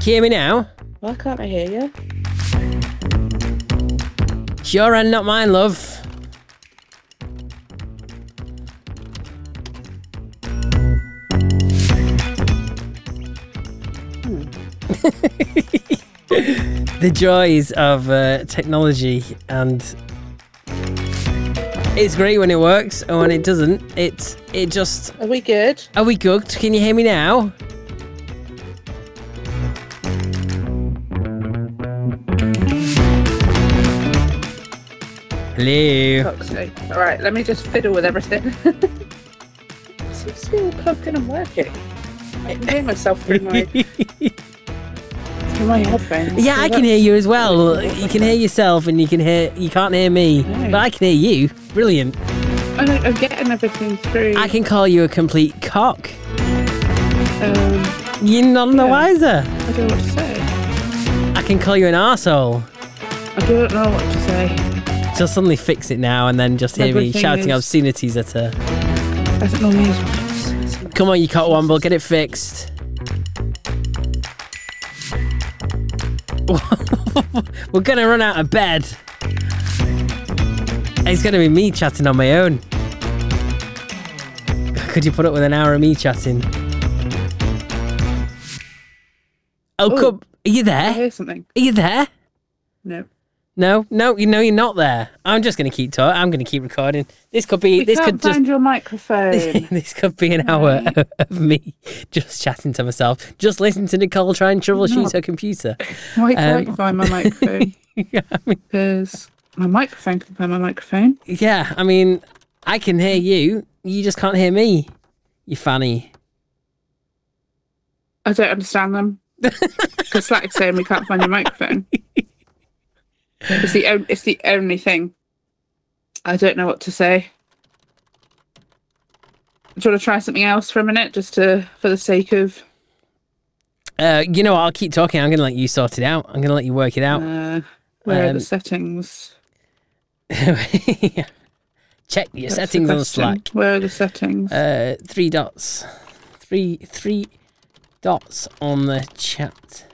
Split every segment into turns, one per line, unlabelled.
Can you hear me now?
Why can't I hear you?
It's your end, not mine, love. the joys of uh, technology and it's great when it works and when it doesn't it's it just
Are we good?
are we good? Can you hear me now? Hello.
Fuck's sake. All right, let me just fiddle with everything. Seems to be all plugged in and working. I can hear myself through my through my headphones.
yeah, I can hear you as well. You can hear yourself, and you can hear you can't hear me,
Nice.
but I can hear you. Brilliant.
I know, I'm getting everything through.
I can call you a complete cock.
Um,
You're not the
Yeah.
wiser.
I don't know what to say.
I can call you an arsehole.
I don't know what to say.
She'll suddenly fix it now, and then just
My
hear
good
me
thing
shouting
is-
obscenities at her.
I don't know me.
Come on, you cotwomble, get it fixed. We're gonna run out of bed. It's gonna be me chatting on my own. Could you put up with an hour of me chatting? Oh,
Ooh.
come. Are you
I
there?
hear something.
Are you there?
No.
No, no, you know you're not there. I'm just gonna keep talking. I'm gonna keep recording. This could be.
We
this
can't
could just
find your microphone.
this could be an hour
Right.
of me just chatting to myself. Just listen to Nicole try and troubleshoot
No.
her computer.
Why can't
Um,
you find my microphone?
I mean,
Because my microphone can find my microphone.
yeah, I mean, I can hear you. You just can't hear me. You fanny.
I don't understand them. Because Slack's saying we can't find your microphone. It's the on- it's the only thing. I don't know what to say. Do you want to try something else for a minute, just to for the sake of?
Uh, you know what? I'll keep talking. I'm going to let you sort it out. I'm going to let you work it out.
Uh, where are
Um,
the settings?
Yeah. Check your
That's the
settings on
question.
Slack.
Where are the settings?
Uh, three dots. Three, three dots on the chat,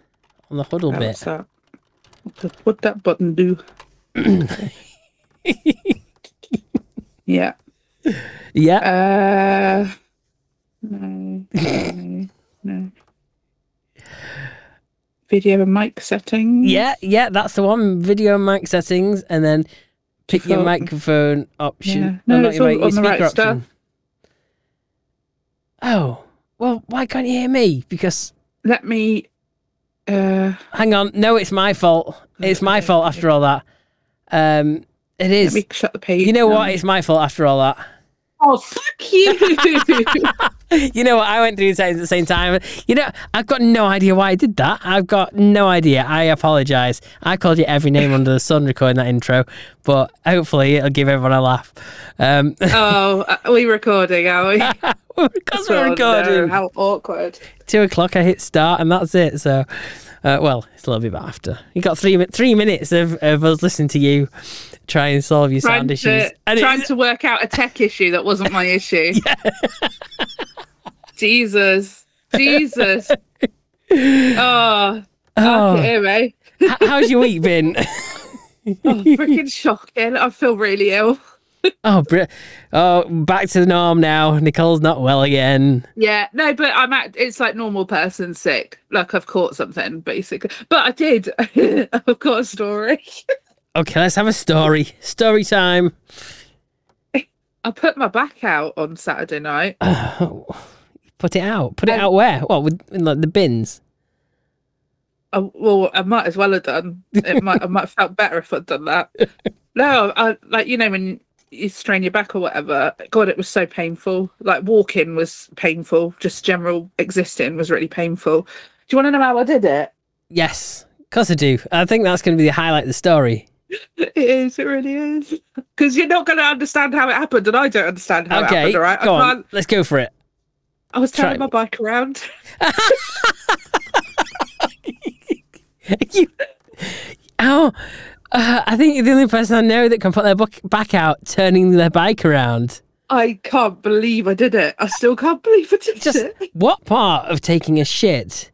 on the huddle
Oh,
bit.
what's that? What the- What'd that button do? yeah.
Yeah.
Uh, no, no, no. Video and mic settings.
Yeah, yeah, that's the one. Video mic settings, and then pick your
Default.
microphone option.
Yeah.
Oh,
No,
not
it's
your
all
mic, your
on the right
speaker
stuff.
option. Oh, well, why can't you hear me? Because
Let me. Uh,
hang on, no, it's my fault. It's my fault after all that. Um, it
let
is.
me shut the page.
You know
down.
what? It's my fault after all that.
Oh, fuck you!
You know what? I went through the settings at the same time. You know, I've got no idea why I did that. I've got no idea. I apologise. I called you every name under the sun recording that intro, but hopefully it'll give everyone a laugh. Um,
oh, are we recording? Are we?
because
Oh,
we're
no,
recording.
how awkward.
Two o'clock, I hit start, and that's it. So, uh, well, it's a little bit after. You got three mi- three minutes of, of us listening to you try and solve your
Trying
sound issues.
to,
And it-
trying to work out a tech issue that wasn't my issue. Jesus, Jesus. Oh,
Oh.
oh. here, eh?
h- how's your week been?
Oh, freaking shocking. I feel really ill.
oh, br- oh, back to the norm now. Nicole's not well again.
Yeah, no, but I'm at it's like normal person sick. Like I've caught something basically. But I did. I've got a story.
Okay, let's have a story. Story time.
I put my back out on Saturday night.
Oh, put it out. Put it
Um,
out where? What with in like the bins?
I, well, I might as well have done. It might I might have felt better if I'd done that. No, I like you know when you strain your back or whatever. God, it was so painful. Like walking was painful. Just general existing was really painful. Do you want to know how I did it?
Yes, of course I do. I think that's going to be the highlight of the story.
It is. It really is. Because you're not going to understand how it happened, and I don't understand how it
okay,
happened. All right,
go
I
on. Let's go for it.
I was
Try
turning my
it.
bike around.
you, oh, uh, I think you're the only person I know that can put their buck- back out turning their bike around.
I can't believe I did it. I still can't believe I did
Just
it.
what part of taking a shit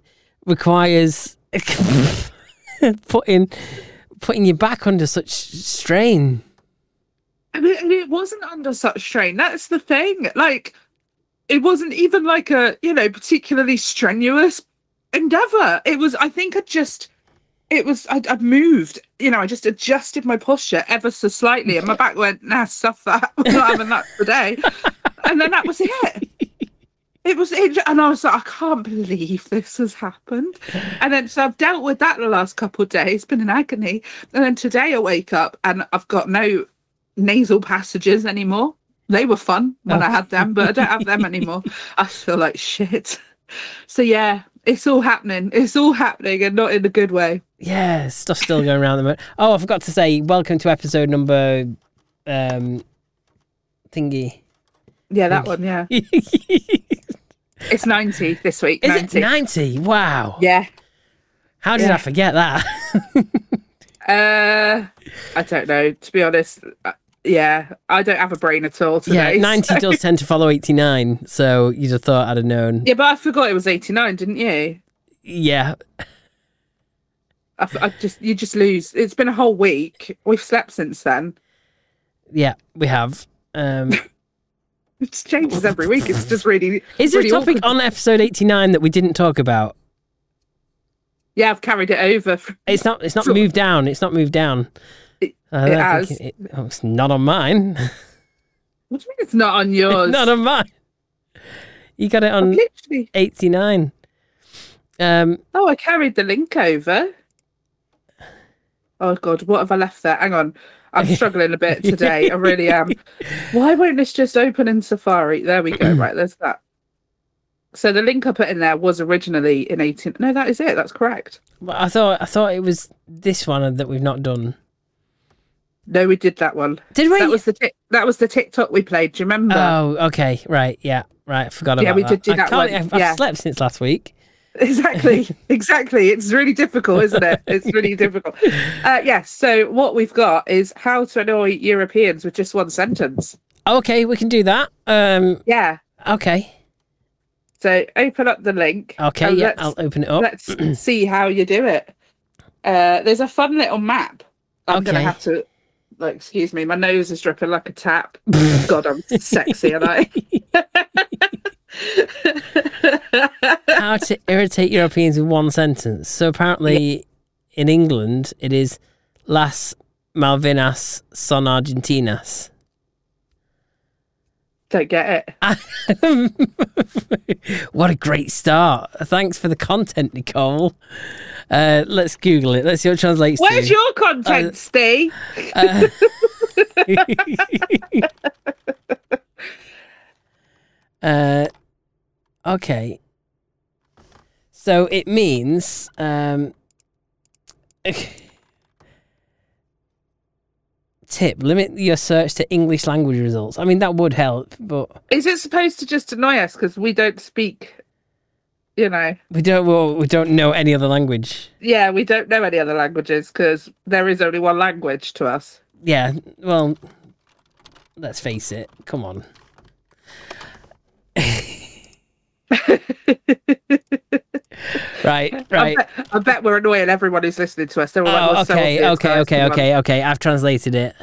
requires putting putting your back under such strain.
I mean, and it wasn't under such strain. That's the thing. Like, it wasn't even like a you know particularly strenuous endeavor. It was. I think I just. It was. I'd, I'd moved. You know, I just adjusted my posture ever so slightly, and my back went. Nah, stuff that. We're not having that today. And then that was it. It was, it, and I was like, I can't believe this has happened. And then, so I've dealt with that the last couple of days, been in agony. And then today I wake up and I've got no nasal passages anymore. They were fun when
Oh.
I had them, but I don't have them anymore. I feel like shit. So, yeah, it's all happening. It's all happening and not in a good way.
Yeah, stuff's still going around at the moment. Oh, I forgot to say, welcome to episode number um thingy.
Yeah, that one. Yeah. It's 90 this week.
Is
90.
it 90? Wow.
Yeah.
How did
Yeah.
I forget that?
Uh, I don't know. To be honest, uh, yeah, I don't have a brain at all
yeah,
today. so-
90 does tend to follow 89. So you'd have thought I'd have known.
Yeah, but I forgot it was 89, didn't you?
Yeah.
I, f- I just you just lose. It's been a whole week. We've slept since then.
Yeah, we have. Um,
It just changes every week. It's just really.
is there a
really
topic
awkward.
on episode 89 that we didn't talk about?
Yeah, I've carried it over. from-
It's not It's not
Sure.
moved down. It's not moved down. Uh,
It-
I
it
don't
has.
think it- oh, it's not on mine.
What do you mean it's not on yours?
not on mine. You got it on
Literally.
89. Um,
Oh, I carried the link over. Oh God, what have I left there? Hang on, I'm struggling a bit today. I really am. Why won't this just open in Safari? There we go. Right, there's that. So the link I put in there was originally in 18. No, that is it. That's correct.
but I thought I thought it was this one that we've not done.
No, we did that one.
Did we?
That was the tic that was the TikTok we played. Do you remember?
Oh, okay, right, yeah, right. I forgot
Yeah,
about
we
that.
did do
I
that
can't-
one,
I've, I've
yeah.
slept since last week.
exactly exactly it's really difficult isn't it it's really difficult uh yes so what we've got is how to annoy europeans with just one sentence
Okay, we can do that. Um,
yeah
okay,
so open up the link
okay,
and
yeah.
let's,
I'll oh. open it up.
let's see how you do it uh there's a fun little map i'm gonna
Okay.
have to like excuse me my nose is dripping like a tap god i'm sexy and i
How to irritate Europeans with one sentence. So apparently, in England, it is "Las Malvinas son Argentinas."
don't get it
what a great start! Thanks for the content, Nicole. Uh, let's Google it. Let's see Uh, what it translates.
where's
to.
your content steve
Uh, okay. So it means um, tip: limit your search to English language results. I mean, that would help, but
Is it supposed to just annoy us because we don't speak? You know,
we don't. Well, we don't know any other language.
yeah, we don't know any other languages because there is only one language to us.
Yeah. Well, let's face it. Come on. right. Right.
I, bet, I bet we're annoying everyone who's listening to us. They're all like,
Oh,
"What's up with
okay,
these
okay,
guys?"
okay,
Come on.
okay, okay. I've translated it.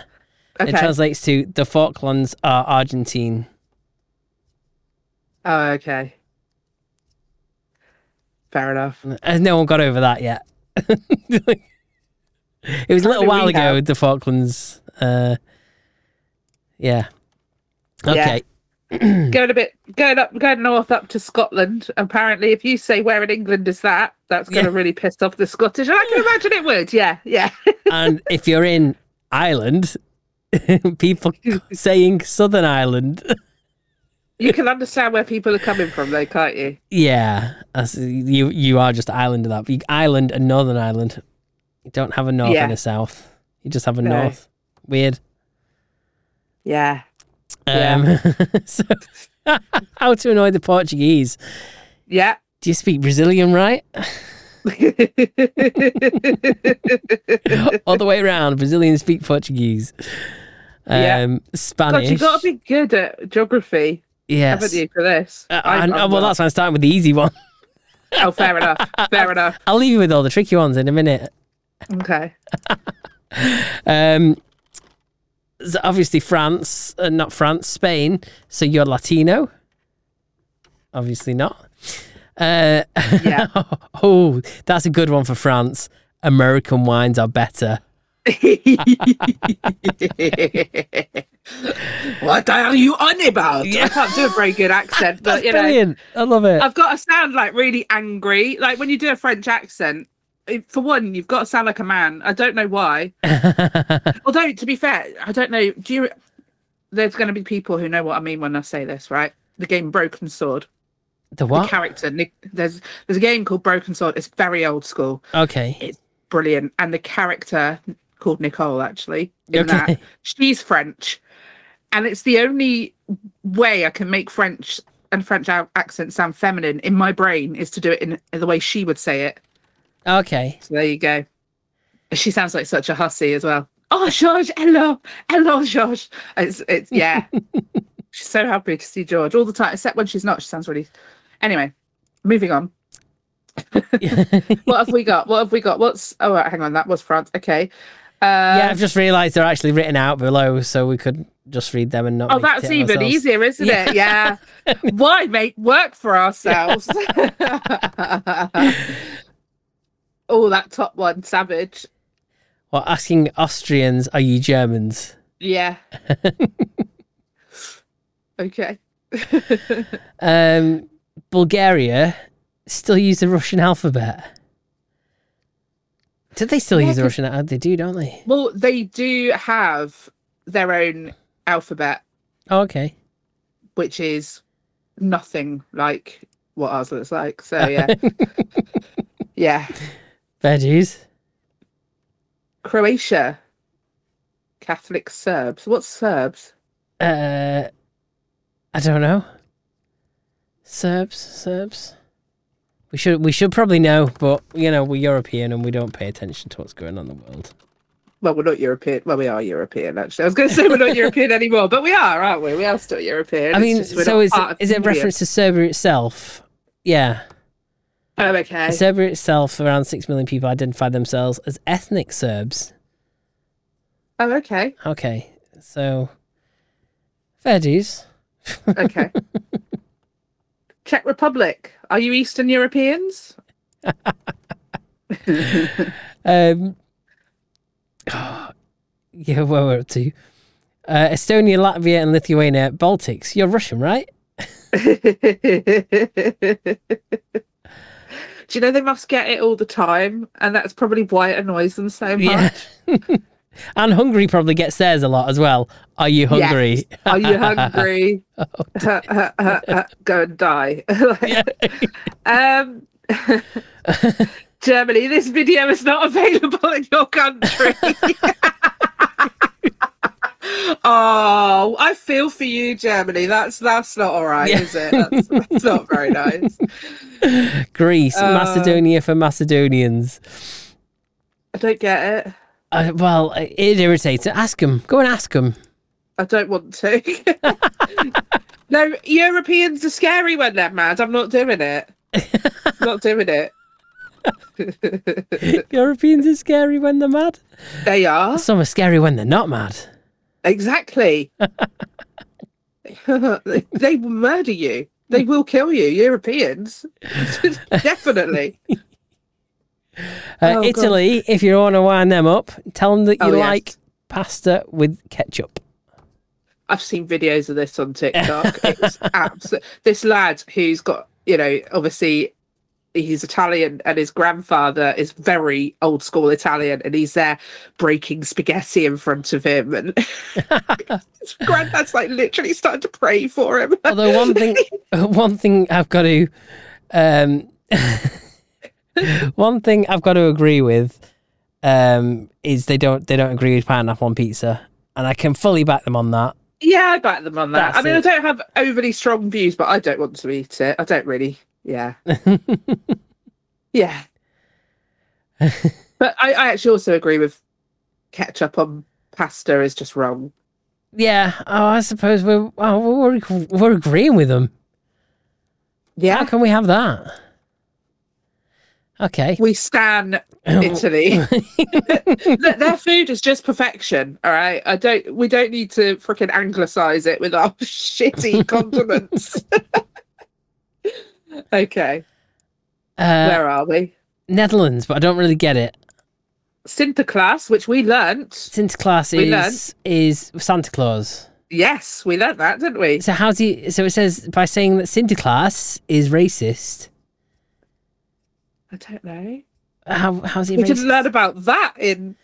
It
Okay.
translates to the Falklands are Argentine.
Oh, okay. Fair enough.
Uh, No one got over that yet. it was a little
Apparently
while
we
ago.
have.
The Falklands. Uh, yeah. Okay.
Going a bit, going up, going north up to Scotland. Apparently, if you say where in England is that, that's going to
Yeah.
really piss off the Scottish. And I can imagine it would. Yeah, yeah.
and if you're in Ireland, people saying Southern Ireland.
you can understand where people are coming from, though, can't you?
Yeah, that's, you you are just Ireland of that. You- Ireland and Northern Ireland. You don't have a north
Yeah.
and a south. You just have a
No.
north. Weird.
Yeah.
Um,
Yeah.
so, how to annoy the Portuguese?
Yeah.
Do you speak Brazilian right? All the way around. Brazilians speak Portuguese. Um,
Yeah. God,
Spanish.
you got to be good at geography,
yes.
haven't you, for this?
Uh,
I'm-
and-
I'm
well,
not.
that's why I'm starting with the easy one.
Oh, fair enough. Fair enough.
I'll leave you with all the tricky ones in a minute.
Okay.
Um, so obviously France, uh, not France, Spain. So you're Latino. Obviously not. Uh,
Yeah.
oh, that's a good one for France. American wines are better.
what are you on about? I can't do a very good accent, but
That's
you know,
brilliant. I love it.
I've got to sound like really angry. Like when you do a French accent, if- for one, you've got to sound like a man. I don't know why. Although, to be fair, I don't know. Do you? There's going to be people who know what I mean when I say this, right? The game Broken Sword.
the
The
what?
character Nick. There's there's a game called Broken Sword. It's very old school
okay.
brilliant. And the character called Nicole, actually, in
Okay.
that she's French, and it's the only way I can make French and French ac- accent sound feminine in my brain is to do it in the way she would say it.
Okay.
So there you go. She sounds like such a hussy as well. Oh, George, hello, hello, George. It's it's yeah. she's so happy to see George all the time, except when she's not. She sounds really. Anyway, moving on what have we got? What have we got? What's oh right, hang on, that was France. Okay. Uh,
yeah, I've just realised they're actually written out below, so we could just read them and not.
oh,
make
that's
it
even
ourselves.
easier, isn't it? Yeah. Why make work for ourselves? oh, that top one, savage.
Well, asking Austrians, are you Germans?
Yeah. okay.
Um, Bulgaria still use the Russian alphabet. Do they still
Yeah,
use the
'cause-
Russian? al- They do, don't they?
Well, they do have their own alphabet,
Oh, okay.
which is nothing like what ours looks like. So yeah. yeah.
Fair dues.
Croatia, Catholic Serbs. What's Serbs?
Uh, I don't know. Serbs, Serbs. We should we should probably know, but you know we're European and we don't pay attention to what's going on in the world.
Well, we're not European. Well, we are European actually. I was going to say we're not European anymore, but we are, aren't we? We are still European.
I
It's
mean,
just we're
so
not
is
part
it,
of
is it a
the Union.
reference to Serbia itself? Yeah.
Oh, okay.
Serbia itself, around 6 million people identify themselves as ethnic Serbs.
Oh, okay.
Okay, so fair dues.
Okay. Czech Republic. Are you Eastern Europeans?
Um, yeah, where we're up to. Uh, Estonia, Latvia, and Lithuania, Baltics. You're Russian, right?
Do you know they must get it all the time, and that's probably why it annoys them so much.
Yeah. And Hungary probably gets theirs a lot as well. Are you hungry?
Yes. Are you hungry? Go and die. um, Germany, this video is not available in your country. oh, I feel for you, Germany. That's that's not all right,
Yeah.
is it? That's, that's not very nice.
Greece,
Uh,
Macedonia for Macedonians.
I don't get it.
Uh, well, it irritates. Ask them. Go and ask them.
I don't want to. no, Europeans are scary when they're mad. I'm not doing it. not doing it.
Europeans are scary when they're mad.
They are.
Some are scary when they're not mad.
Exactly. they they will murder you. They will kill you, Europeans. Definitely.
Uh,
Oh, God.
Italy, if you want to wind them up, tell them that you
Oh, yes.
like pasta with ketchup.
I've seen videos of this on TikTok. It's absolute. This lad who's got, you know, obviously he's Italian and his grandfather is very old school Italian and he's there breaking spaghetti in front of him. And his granddad's like literally starting to pray for him.
Although one thing, one thing I've got to, um, one thing I've got to agree with um, is they don't they don't agree with pineapple on pizza, and I can fully back them on that.
Yeah, I back them on that. I
That's
mean,
it.
I don't have overly strong views, but I don't want to eat it. I don't really. Yeah. yeah. but I, I actually also agree with ketchup on pasta is just wrong.
Yeah, oh, I suppose we're oh, we're we're agreeing with them. How
Yeah.
can we have that? Okay.
We stan
Oh.
Italy. Look, their food is just perfection. All right, I don't. We don't need to freaking anglicize it with our shitty condiments. okay,
Uh,
where are we?
Netherlands, but I don't really get it.
Sinterklaas, which we learnt.
Sinterklaas
We
is, is Santa Claus.
Yes, we learnt that, didn't we?
So how do you? So it says by saying that Sinterklaas is racist.
I don't know.
How how's he
We
racist?
didn't learn about that in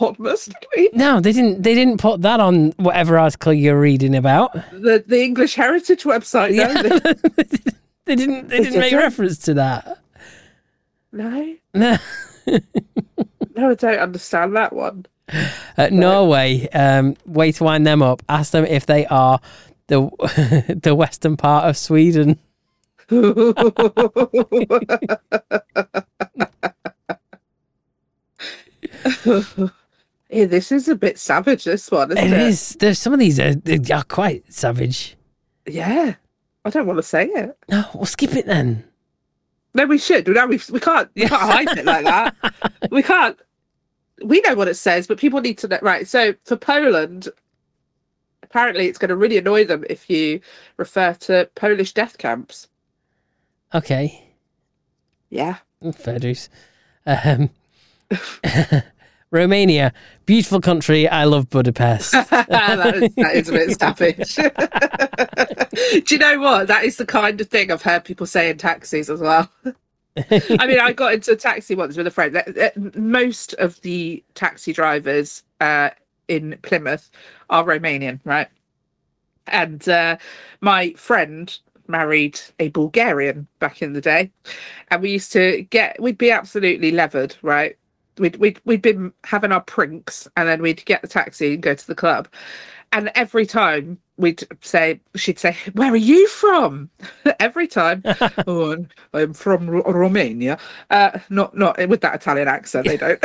Podmas, did we?
No, they didn't. They didn't put that on whatever article you're reading about.
The the English Heritage website.
Yeah.
No, they-
they didn't. They didn't make
didn't?
reference to that.
no,
No,
no, I don't understand that one.
uh, Norway. Um, way to wind them up. Ask them if they are the the western part of Sweden.
oh, yeah, this is a bit savage. This one, isn't
It
it?
is. There's some of these are, they are quite savage.
Yeah, I don't want to say it.
No, we'll skip it then.
No, we should. Now we we can't we can't hide it like that. We can't. We know what it says, but people need to know. Right. So for Poland, apparently it's going to really annoy them if you refer to Polish death camps.
Okay.
Yeah.
Mm, Fair dues. Um, Romania, beautiful country. I love Budapest.
Uh, that, is, that is a bit savage. Do you know what? That is the kind of thing I've heard people say in taxis as well. I mean, I got into a taxi once with a friend. That- that- Most of the taxi drivers uh, in Plymouth are Romanian, right? And uh, my friend married a Bulgarian back in the day, and we used to get we'd be absolutely levered, right? We'd we'd we'd been having our prinks, and then we'd get the taxi and go to the club, and every time we'd say she'd say, "Where are you from?" every time, oh, I'm- I'm from Ru- Romania. Uh, not not with that Italian accent, they don't.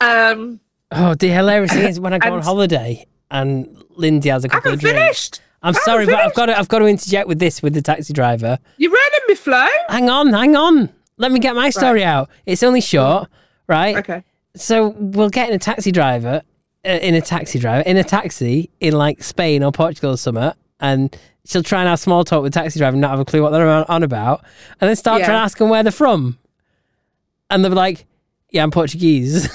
um,
oh, the hilarious thing is when I go on
And-
holiday and Lindy has a
I
couple
haven't
of drinks.
finished.
I'm
haven't
sorry, but I've
finished.
got to, I've got to interject with this with the taxi driver.
You're running me, Flo.
Hang on, hang on. Let me get my story out. It's only short, right?
Okay.
So we'll get in a taxi driver, uh, in a taxi driver, in a taxi in like Spain or Portugal or somewhere, and she'll try and have small talk with the taxi driver and not have a clue what they're on, on about, and then start
Yeah.
trying to ask them where they're from, and they'll be like, "Yeah, I'm Portuguese."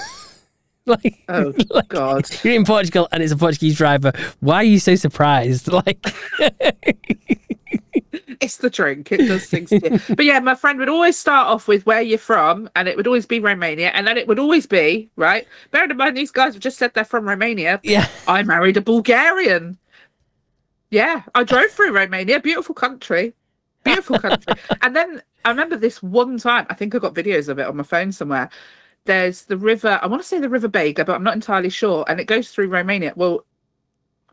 like,
Oh
like,
God.
you're in Portugal and it's a Portuguese driver. Why are you so surprised? Like,
It's the drink. It does things. to you. but yeah, my friend would always start off with where you're from, and it would always be Romania, and then it would always be right. Bearing in mind these guys have just said they're from Romania.
yeah,
I married a Bulgarian. Yeah, I drove through Romania. Beautiful country. Beautiful country. and then I remember this one time. I think I got videos of it on my phone somewhere. There's the river. I want to say the River Baga, but I'm not entirely sure. And it goes through Romania. Well,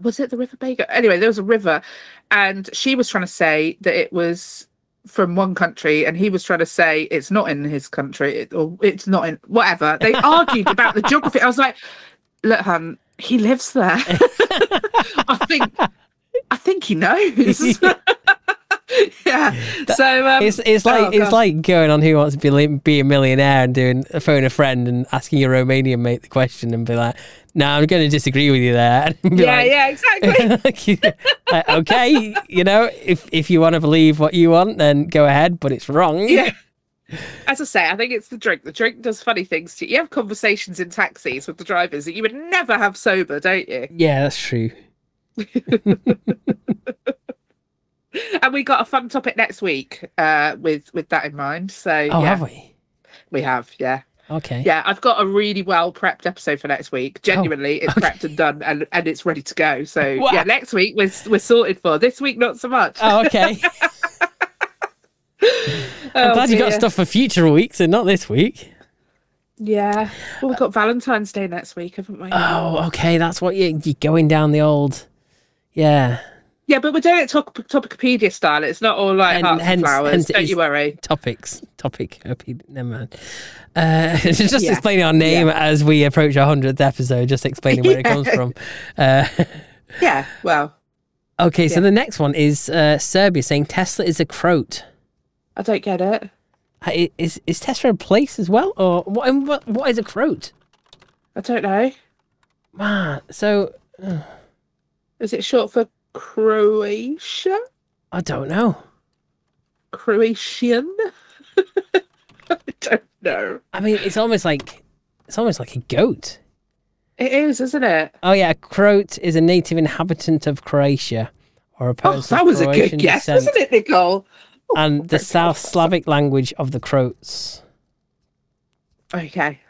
was it the River Baga? Anyway, there was a river, and she was trying to say that it was from one country, and he was trying to say it's not in his country, it, or it's not in whatever. They argued about the geography. I was like, look, hun, he lives there. I think, I think he knows. yeah. So um,
it's it's like
oh,
it's
God.
like going on Who Wants to Be, Li- be a Millionaire and doing a phone a friend and asking your Romanian mate the question and be like, "No, I'm going to disagree with you there." And be
yeah,
like-
yeah, exactly.
Uh, okay, you know, if if you want to believe what you want, then go ahead, but it's wrong.
Yeah. As I say, I think it's the drink. The drink does funny things to you. You have conversations in taxis with the drivers that you would never have sober, don't you?
Yeah, that's true.
And we got a fun topic next week uh, with with that in mind. So
Oh,
yeah,
have we?
we have. Yeah,
Okay.
yeah. I've got a really well prepped episode for next
Oh,
week. Genuinely, it's prepped and done, and, and it's ready to go. So
Wow.
yeah, next week we're s- we're sorted for. This week, not so much.
Oh, okay. I'm
Oh,
glad you got
dear.
stuff for future weeks and not this week.
Yeah. Well, we've got Valentine's Day next week, haven't we?
Oh, okay. That's what you, you're going down the old. Yeah.
yeah, but we're doing it top- Topicopedia style. It's not all like
And
hearts
hence-
and flowers.
hence it
Don't
is-
you worry.
topics topic opi- never mind uh just
Yeah.
explaining our name as we approach our 100th episode just explaining where it comes
Yeah.
from uh
Yeah. Well.
okay so
Yeah.
the next one is uh serbia saying tesla is a croat Uh,
I don't get it.
I- Is is Tessa a place as well, or what? And what, what is a croat?
I don't know.
Man, so
Is it short for Croatia?
I don't know.
Croatian? I don't know.
I mean, it's almost like it's almost like a goat.
It is, isn't it?
Oh yeah, a croat is a native inhabitant of Croatia or a
Oh,
person
that was a
of
good
Croatian
guess,
descent
wasn't it, Nicole?
and the South Slavic language of the Croats.
Okay.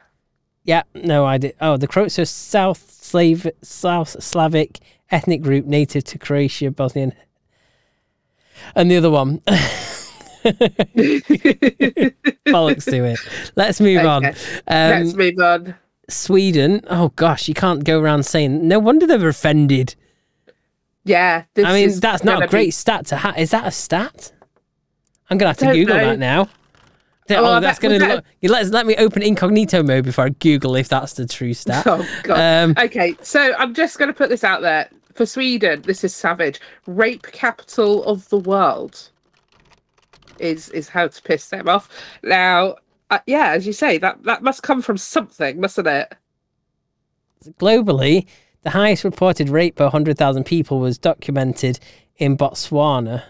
Yeah, no idea. Oh, the Croats are South Slav South Slavic ethnic group native to Croatia, Bosnia, and- and the other one. Bollocks to it. Let's move on.
Okay.
Um,
Let's move on.
Sweden. Oh gosh, you can't go around saying. No wonder they're offended.
Yeah. This
I mean,
is
that's not
gonna
a
be-
great stat to have. Is that a stat? I'm gonna have to
Don't
Google
know.
that now. Th-
Oh,
Oh,
I
that's
bet-
gonna
was that a-
look- you let let me open incognito mode before I Google if that's the true stat.
Oh, God.
Um,
Okay, so I'm just going to put this out there. For Sweden, this is savage. Rape capital of the world is is how to piss them off. Now, uh, yeah, as you say, that that must come from something, mustn't it?
globally, the highest reported rate per 100,000 people was documented in Botswana.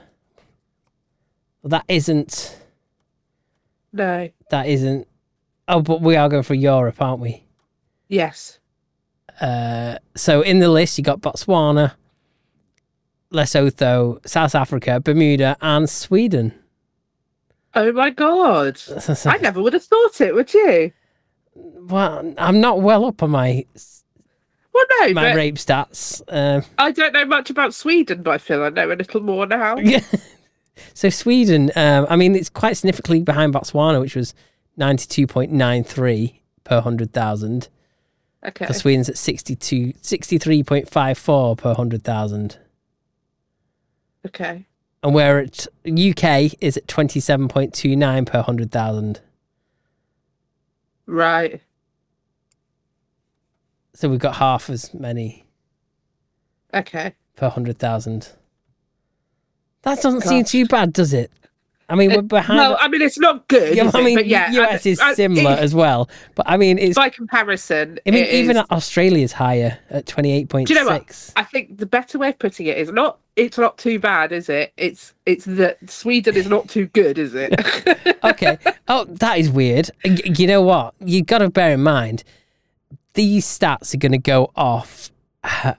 Well, that isn't.
No.
That isn't. Oh, but we are going for Europe, aren't we?
Yes.
Uh, so in the list, you got Botswana, Lesotho, South Africa, Bermuda, and Sweden.
Oh my god. I never would have thought it, would you?
well, I'm not well up on my
Well, no,
my
but
rape stats. Um,
I don't know much about Sweden, but I feel I know a little more now.
Yeah. So Sweden, um, I mean, it's quite significantly behind Botswana, which was 92.93 per 100,000.
Okay.
But Sweden's at 62, 63.54 per 100,000.
Okay.
And we're at, UK is at 27.29 per 100,000.
Right.
So we've got half as many
Okay.
per 100,000. That doesn't seem too bad, does it? I mean, we're behind.
Uh, Well, I mean, it's not good.
yeah,
is
I
it?
mean,
but yeah, I-
US is
I-
similar
if-
as well. But I mean, it's
by comparison,
I mean,
it
even
is-
Australia's higher at twenty eight point
Do you know what?
six.
I think the better way of putting it is not. It's not too bad, is it? It's it's that Sweden is not too good, is it?
Okay. oh, that is weird. Y- You know what? You got to bear in mind these stats are going to go off uh,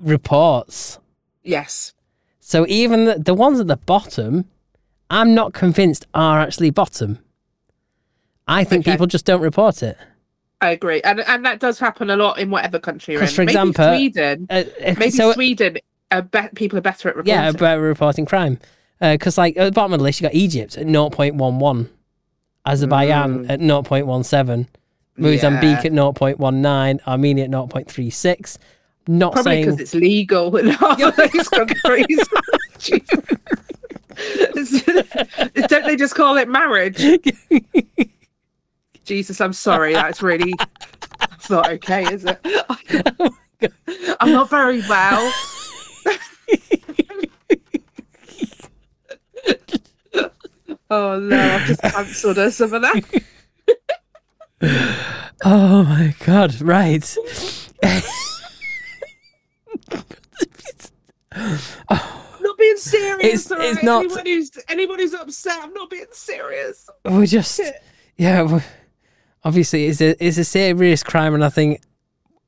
reports.
yes.
So even the, the ones at the bottom, I'm not convinced are actually bottom. I think
Okay.
people just don't report it.
I agree, and and that does happen a lot in whatever country you're in.
'Cause for
maybe
example-
Sweden,
Uh, uh,
maybe
so,
Sweden, are be- people are better at reporting.
yeah, about reporting crime. Because like at the bottom of the list, you got Egypt at 0.11, Azerbaijan at 0.17, Mozambique
Mm. Yeah.
at 0.19, Armenia at 0.36. Not
probably
saying
because it's legal in all these countries. Jesus. Don't they just call it marriage? Jesus, I'm sorry. That's really it's not okay, is it?
Oh
I'm not very well. oh no, I've just cancelled her some of that.
Oh my god, right.
I'm not being serious.
It's-
all
it's
right?
not-
Anyone who's anyone who's upset, I'm not being serious.
We're just, yeah, we obviously it's a, it's a serious crime, and I think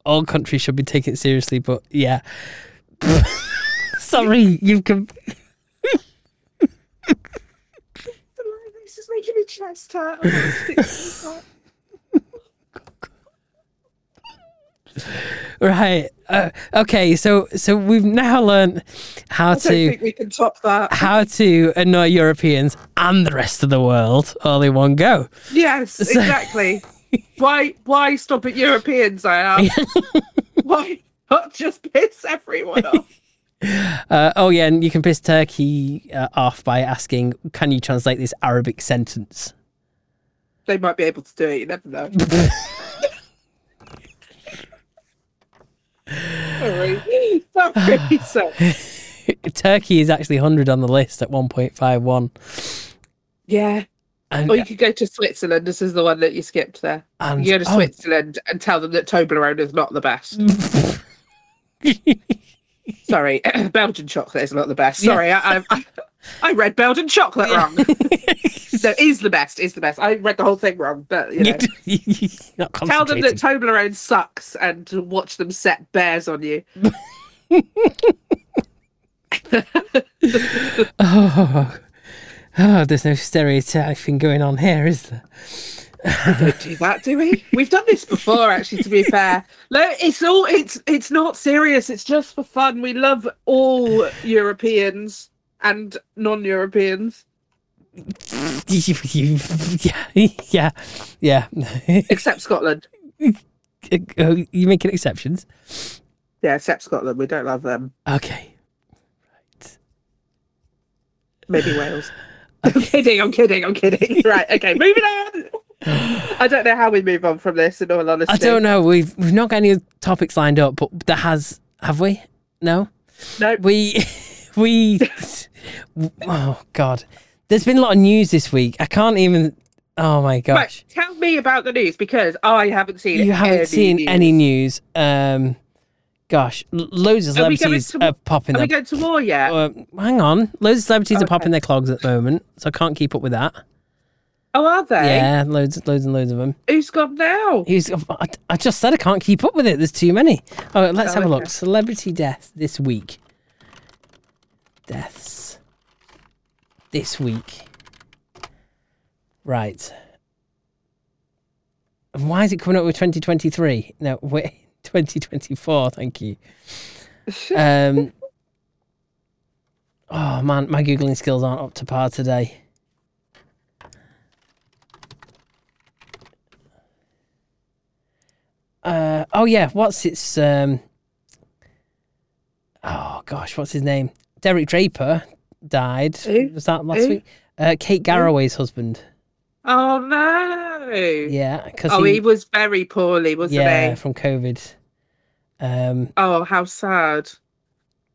all countries should be taking it seriously, but yeah. Sorry, you've. Com-
This is making me chest hurt. I'm gonna stick this up.
Right. Uh, okay. So so we've now learned how
I don't
to
think we can top that.
how to annoy Europeans and the rest of the world all in one go.
Yes, exactly. why why stop at Europeans, I ask? why not just piss everyone off?
Uh, oh yeah, and you can piss Turkey uh, off by asking, "Can you translate this Arabic sentence?"
They might be able to do it, you never know. Sorry. Sorry. So,
Turkey is actually hundred on the list at one point five one.
Yeah.
And,
Or Oh, you could go to Switzerland. This is the one that you skipped there.
and
You go to
oh,
Switzerland and tell them that Toblerone is not the best. Sorry, Belgian chocolate is not the best.
Yeah.
Sorry, I, I- I I read Belgian chocolate wrong. no, is the best. Is the best. I read the whole thing wrong, but you know.
you d- you're not
Tell them that
concentrating.
Toblerone sucks and to watch them set bears on you.
Oh, oh, there's no stereotyping going on here, is there?
Don't do that, do we? We've done this before, actually. To be fair, no, it's all it's it's not serious. It's just for fun. We love all Europeans and non-Europeans,
You- you- yeah, yeah, yeah.
except Scotland.
Oh, You're making exceptions.
Yeah, except Scotland. We don't love them.
Okay.
Maybe Wales. I'm kidding. I'm kidding. I'm kidding. Right. Okay. Moving on. I don't know how we move on from this. In all honesty,
I don't know. We've we've not got any topics lined up, but there has have we? No,
No.
we we. oh God, there's been a lot of news this week. I can't even. Oh my
Right,
gosh,
tell me about the news because I haven't seen.
you haven't
any
seen
news.
any news. Um, gosh, l- loads of
Are we going
celebrities
to-
are popping
Are we
their.
going to war yet?
uh, hang on, loads of celebrities are
Okay.
popping their clogs at the moment, so I can't keep up with that.
Oh, are they?
Yeah, loads, loads and loads of them.
Who's gone now?
Who's, I, I just said I can't keep up with it. There's too many. Oh, let's
Oh,
have a look.
okay.
Celebrity deaths this week. Deaths this week. Right. And Why is it coming up with 2023? No, wait, 2024. Thank you. Um. oh man, my googling skills aren't up to par today. uh, oh yeah, what's its um, oh gosh, what's his name? Derek Draper died.
Who?
Was that last
Who?
week? Uh, Kate Garraway's husband.
Oh no!
Yeah, because
Oh, he, was very poorly, wasn't
yeah
he?
from COVID. Um,
Oh, how sad.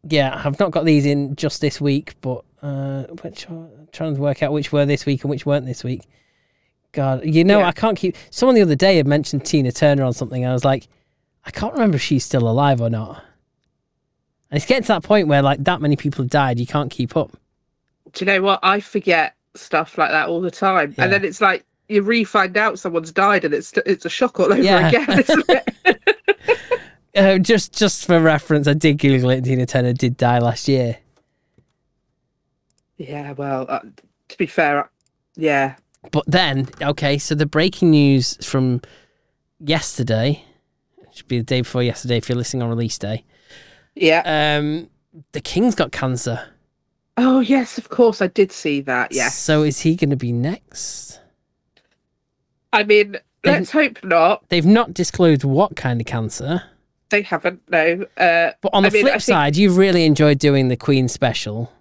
yeah, I've not got these in just this week, but uh, which I'm trying to work out which were this week and which weren't this week. God, you know,
Yeah.
I can't keep. Someone the other day had mentioned Tina Turner on something, and I was like, I can't remember if she's still alive or not. And it's getting to that point where like that many people have died, you can't keep up.
Do you know what? I forget stuff like that all the time,
Yeah.
and then it's like you re-find out someone's died, and it's it's a shock all over
Yeah.
again. Isn't it?
Uh, just just for reference, I did Google it. and Tina Turner did die last year.
yeah. Well, uh, to be fair, yeah.
But then, okay, so the breaking news from yesterday, should be the day before yesterday if you're listening on release day.
Yeah.
um the king's got cancer
oh yes, of course, I did see that. Yes.
so is he going to be next
I mean, let's hope not.
they've not disclosed what kind of cancer
They haven't. No. Uh,
but on the
I mean, I
flip
think-
side you really enjoyed doing the queen special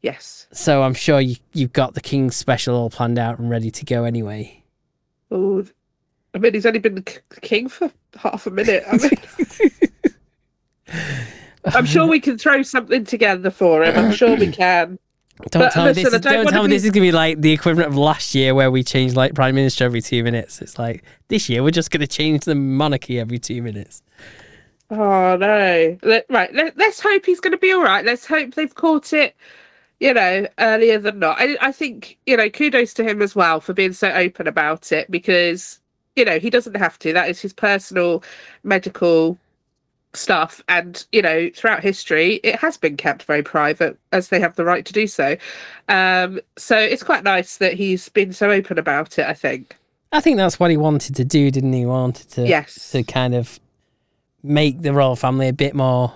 yes.
so i'm sure you, you've got the king's special all planned out and ready to go anyway
Oh, I mean, he's only been the k- king for half a minute. I mean, I'm sure we can throw something together for him. I'm sure we can.
don't
But
tell me this
listen,
is,
I don't
don't
wanna
tell me
be-
this is going to be like the equivalent of last year where we changed like prime minister every two minutes it's like this year we're just going to change the monarchy every two minutes
Oh no! Let, right, let, let's hope he's going to be all right. Let's hope they've caught it, you know, earlier than not. I, I think you know, kudos to him as well for being so open about it because you know he doesn't have to. That is his personal medical stuff, and you know, throughout history, it has been kept very private as they have the right to do so. Um, so it's quite nice that he's been so open about it. I think.
i think that's what he wanted to do didn't he, he wanted to
Yes.
to kind of make the royal family a bit more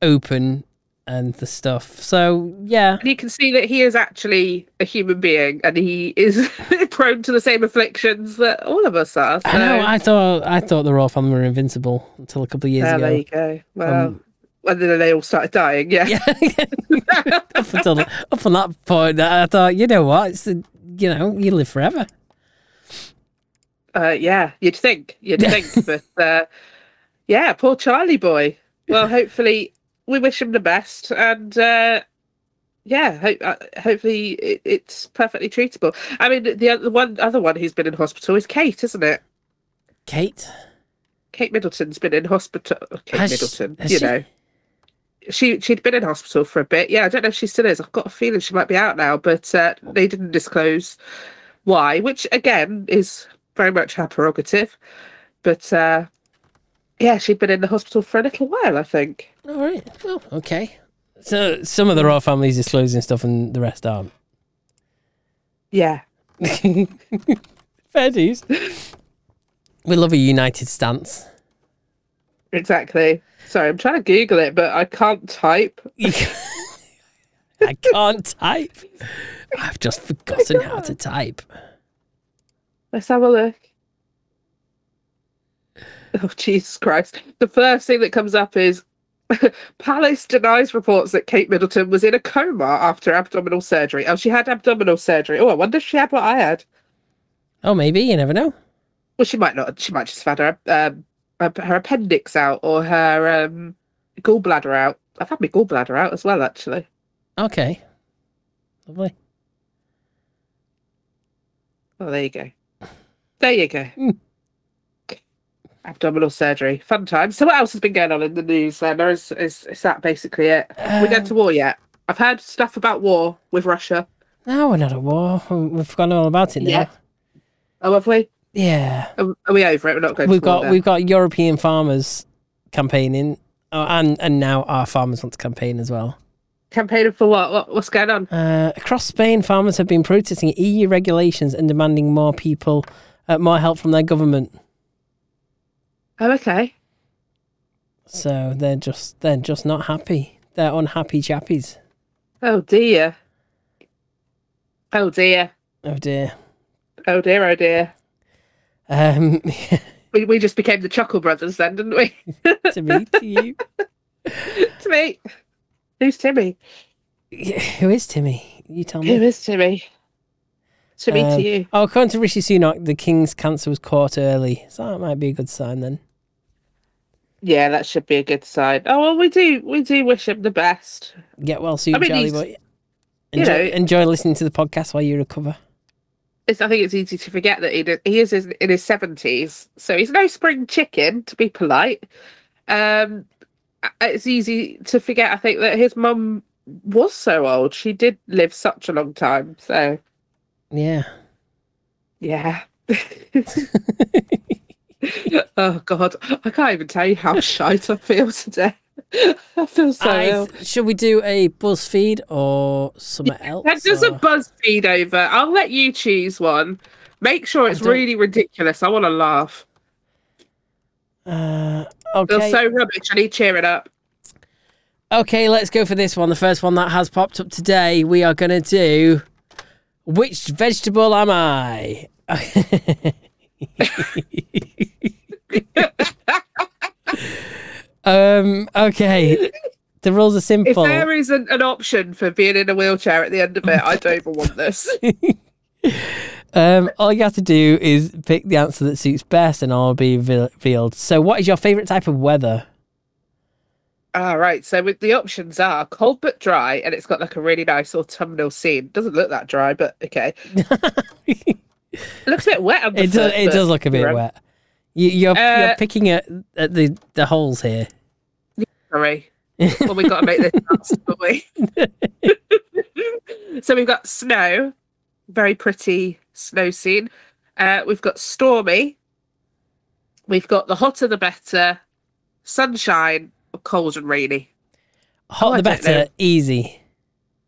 open and the stuff. So yeah,
And you can see that he is actually a human being and he is prone to the same afflictions that all of us are. So,
I know. I thought I thought the royal family were invincible until a couple of years
Yeah, there
ago.
you go. Well,
Um,
and then they all started dying. Yeah.
Yeah, up until up on that point, I thought you know what, it's the, you know you live forever.
Uh, yeah. You'd think. You'd think. but uh, yeah, poor Charlie boy. Well, hopefully we wish him the best. And uh, yeah, hope, uh, hopefully it, it's perfectly treatable. I mean, the, oth- the one other one who's been in hospital is Kate, isn't it?
Kate?
Kate Middleton's been in hospital. Kate
Has-
Middleton,
has
you
she?
know, she she'd been in hospital for a bit. Yeah, I don't know if she still is. I've got a feeling she might be out now, but uh, they didn't disclose why, which again is very much her prerogative. But uh, yeah, she'd been in the hospital for a little while, I think.
All right. Oh, okay. So some of the royal family's disclosing stuff and the rest aren't.
Yeah,
Fair dues. We love a united stance.
exactly. Sorry, I'm trying to Google it, but I can't type.
You ca- I can't type. I've just forgotten how to type.
Let's have a look. Oh, Jesus Christ. The first thing that comes up is Palace denies reports that Kate Middleton was in a coma after abdominal surgery. Oh, she had abdominal surgery. Oh, I wonder if she had what I had.
Oh, maybe you never know.
Well, she might not. She might just have had her, um, her, her appendix out or her um, gallbladder out. I've had my gallbladder out as well, actually.
Okay. Lovely.
Oh, there you go. There you go.
Mm.
Abdominal surgery. Fun times. So, what else has been going on in the news then? Or is, is, is that basically it? we going to war yet? I've heard stuff about war with Russia.
No, we're not at war. We- We've forgotten all about it now.
Yeah. Oh, have we?
Yeah.
Are, are we over it? We're not going
We've
to war
got
then.
we've got European farmers campaigning, oh, and and now our farmers want to campaign as well.
Campaigning for what? what? What's going on?
Uh, across Spain, farmers have been protesting EU regulations and demanding more people, uh, more help from their government.
Oh, okay.
So they're just they're just not happy. They're unhappy chappies.
Oh, dear. Oh, dear.
Oh dear.
Oh, dear. Oh, dear.
Um,
We, we just became the Chuckle Brothers then, didn't we?
to me, to you.
Timmy. Who's Timmy?
Yeah, Who is Timmy? You tell
Who
me.
is Timmy? Timmy
Um,
to you.
Oh, according to Rishi Sunak, the king's cancer was caught early, so that might be a good sign then.
Yeah, that should be a good sign. Oh well, we do we do wish him the best.
Get well soon,
I mean,
Charlie
he's-
boy.
you
Enjoy,
know-
enjoy listening to the podcast while you recover.
It's, I think it's easy to forget that he did, he is in in his seventies, so he's no spring chicken. To be polite, um, I- it's easy to forget. I think that his mum was so old; she did live such a long time. So
Yeah.
yeah. oh God, I can't even tell you how shite I feel today. I feel so
I-
ill.
should we do a BuzzFeed or something else?
That does a
or-
BuzzFeed over. I'll let you choose one. Make sure it's
I don't-
really ridiculous. I want to laugh.
Uh,
They're
okay.
so rubbish. I need cheering up.
okay, let's go for this one. The first one that has popped up today. We are going to do Which Vegetable Am I? um, okay. The rules are
If
simple.
there isn't an option for being in a wheelchair at the end of it, I don't even want this.
Um, all you have to do is pick the answer that suits best and all will be ve- revealed. So, what is your favourite type of weather?
All right. So with the options are cold but dry, and it's got like a really nice autumnal scene. Doesn't look that dry, but okay. It looks a bit wet on the
It does.
foot,
It
but
does look a bit
Right.
wet. You, you're you're
Uh,
picking at, at the the holes here.
Sorry. well, we got to make this last, but we. so we've got snow, very pretty snow scene. Uh, we've got stormy. We've got the hotter the better, sunshine, or cold and rainy.
Hot
I
the
don't
better,
know.
easy.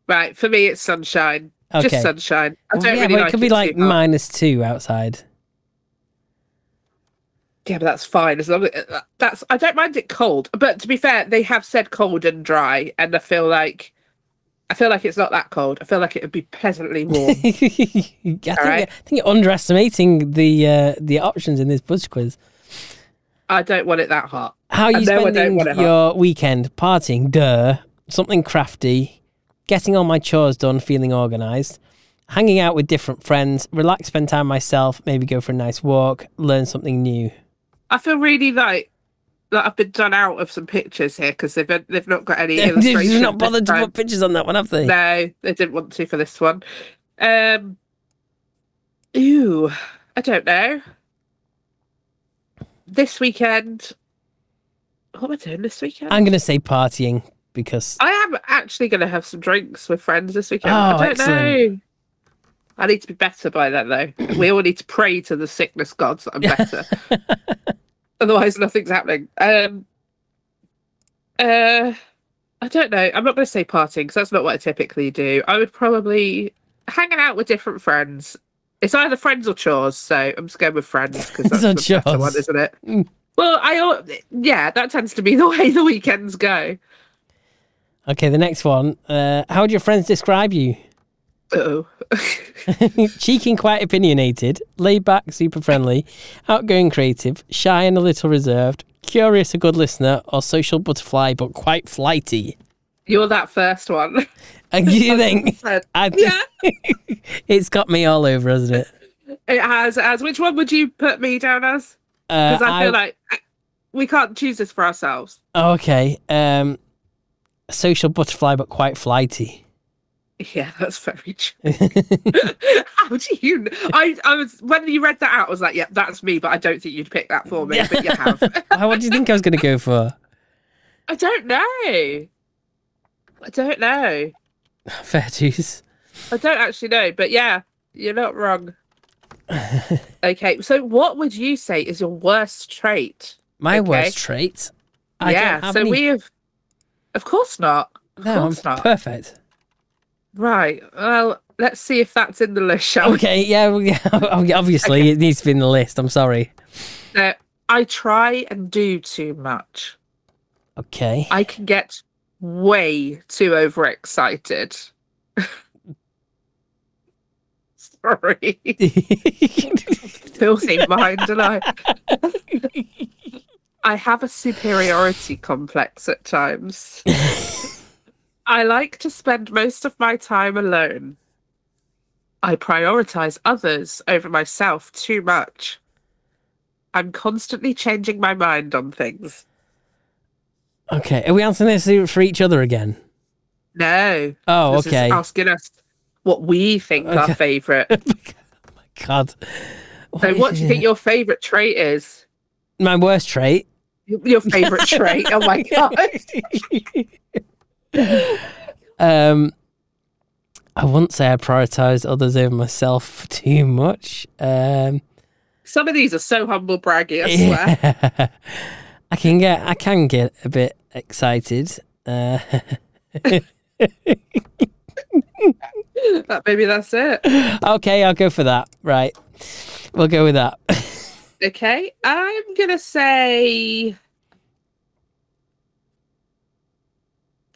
Right, for me, it's sunshine.
Okay.
Just sunshine. I don't
Well, Oh, yeah,
really
but
like
it could be
too
like
hot.
minus two outside.
Yeah, but that's fine as long as that's. I don't mind it cold, but to be fair, they have said cold and dry, and I feel like, I feel like it's not that cold. I feel like it would be pleasantly warm.
I, think
right.
I think you're underestimating the uh, the options in this buzz quiz.
I don't want it that hot.
How are
I
you
know I don't
spending
want it hot.
your weekend? Partying, duh. Something crafty, getting all my chores done, feeling organised, hanging out with different friends, relax, spend time myself, maybe go for a nice walk, learn something new.
I feel really like like I've been done out of some pictures here because they've they've not got any
You've
illustration.
not bothered to
this
put pictures on that one, have they?
time. No, they didn't want to for this one. Um, ooh, I don't know. This weekend, what am I doing this weekend?
I'm going to say partying because
I am actually going to have some drinks with friends this weekend.
Oh,
I don't
excellent.
know. I need to be better by then, though. we all need to pray to the sickness gods that I'm better. Otherwise, nothing's happening. Um, uh, I don't know. I'm not going to say partying because that's not what I typically do. I would probably hanging out with different friends. It's either friends or chores, so I'm just going with friends because
Friends
that's
or
the better one,
chores.
isn't it?
Mm.
Well, I al- yeah, that tends to be the way the weekends go.
okay, the next one. Uh, how would your friends describe you?
Oh.
Cheeky and quite opinionated, laid back, super friendly, outgoing, creative, shy and a little reserved, curious, a good listener, or social butterfly but quite flighty.
You're that first one.
And you think
Said-
I think
yeah,
it's got me all over, hasn't it?
it has. As which one would you put me down as?
Uh,
Because I feel like I- we can't choose this for ourselves.
okay, um, social butterfly but quite flighty.
Yeah, that's very true. How do you? kn- I, I was when you read that out, I was like, "Yep, that's me," but I don't think you'd pick that for me. But you have.
How- what do you think I was going to go for?
I don't know. I don't know.
Fair dues.
I don't actually know, but yeah, you're not wrong. okay, so what would you say is your worst trait?
My
Okay.
worst trait. I
yeah,
don't have
so
any-
we have. Of course not. Of
No, I'm
course not.
perfect.
Right. Well, let's see if that's in the list, shall we?
Okay, yeah, well, yeah, obviously it needs to be in the list. I'm sorry.
Uh, I try and do too much.
Okay.
I can get way too overexcited. Sorry, filthy mind, and I. I have a superiority complex at times. I like to spend most of my time alone. I prioritize others over myself too much. I'm constantly changing my mind on things.
okay. Are we answering this for each other again?
No.
Oh,
This is
okay.
asking us what we think
Okay.
our favorite.
God.
So,
is
what do you
it?
think your favorite trait is?
My worst trait.
Your- Your favorite trait? Oh my god!
um, I wouldn't say I prioritised others over myself too much. Um,
Some of these are so humble braggy. I swear.
yeah. I can get, I can get a bit excited. Uh,
That maybe that's it.
okay, I'll go for that. Right, we'll go with that.
Okay, I'm gonna say.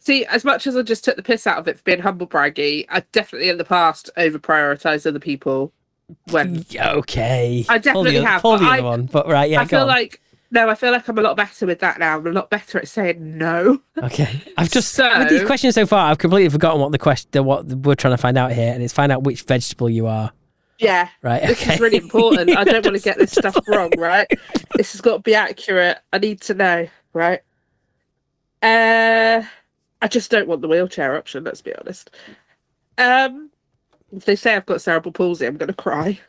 See, as much as I just took the piss out of it for being humble braggy, I definitely in the past over prioritised other people.
Mm.
When
okay,
I
Pull the
definitely
oth-
have,
Pull
but
the
I-
other one, but right, yeah,
I
go
feel
on.
like no, I feel like I'm a lot better with that now. I'm a lot better at saying no.
Okay, I've just with these
So-
questions so far, I've completely forgotten what the question, the, what we're trying to find out here, and it's find out which vegetable you are.
Yeah,
Right, okay.
this is really important. I don't want to get this stuff wrong, right? This has got to be accurate. I need to know, right? Uh, I just don't want the wheelchair option. Let's be honest. Um, if they say I've got cerebral palsy, I'm going to cry.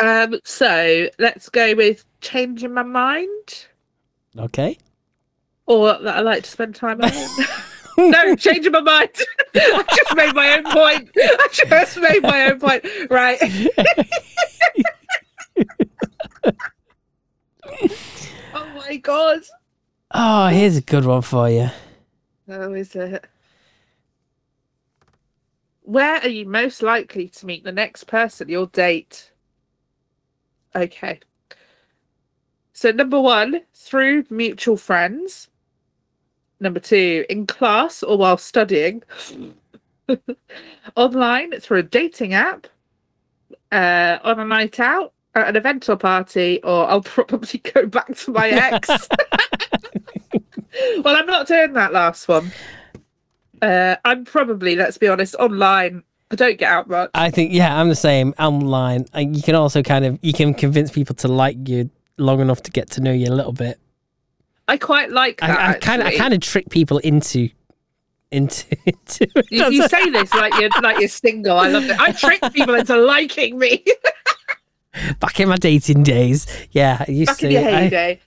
um, so let's go with changing my mind,
Okay.
or that I like to spend time alone. no, changing my mind. I just made my own point. I just made my own point. Right. Oh my god.
oh, here's a good one for you.
Oh, is it? Where are you most likely to meet the next person you'll date? Okay. So, number one, through mutual friends. Number two, in class or while studying. Online, through a dating app. Uh, on a night out, at an event or party, or I'll probably go back to my ex. well, I'm not doing that last one. Uh, I'm probably, let's be honest, online. I don't get out much.
I think yeah, I'm the same. I'm lying. And you can also kind of you can convince people to like you long enough to get to know you a little bit.
I quite like that.
I, I kind of I
actually.
kind of trick people into into into. it.
You, you say this like you're like you're single. I love it. I trick people into liking me
Back in my dating days, yeah, I used
back
to.
in your
I-
heyday.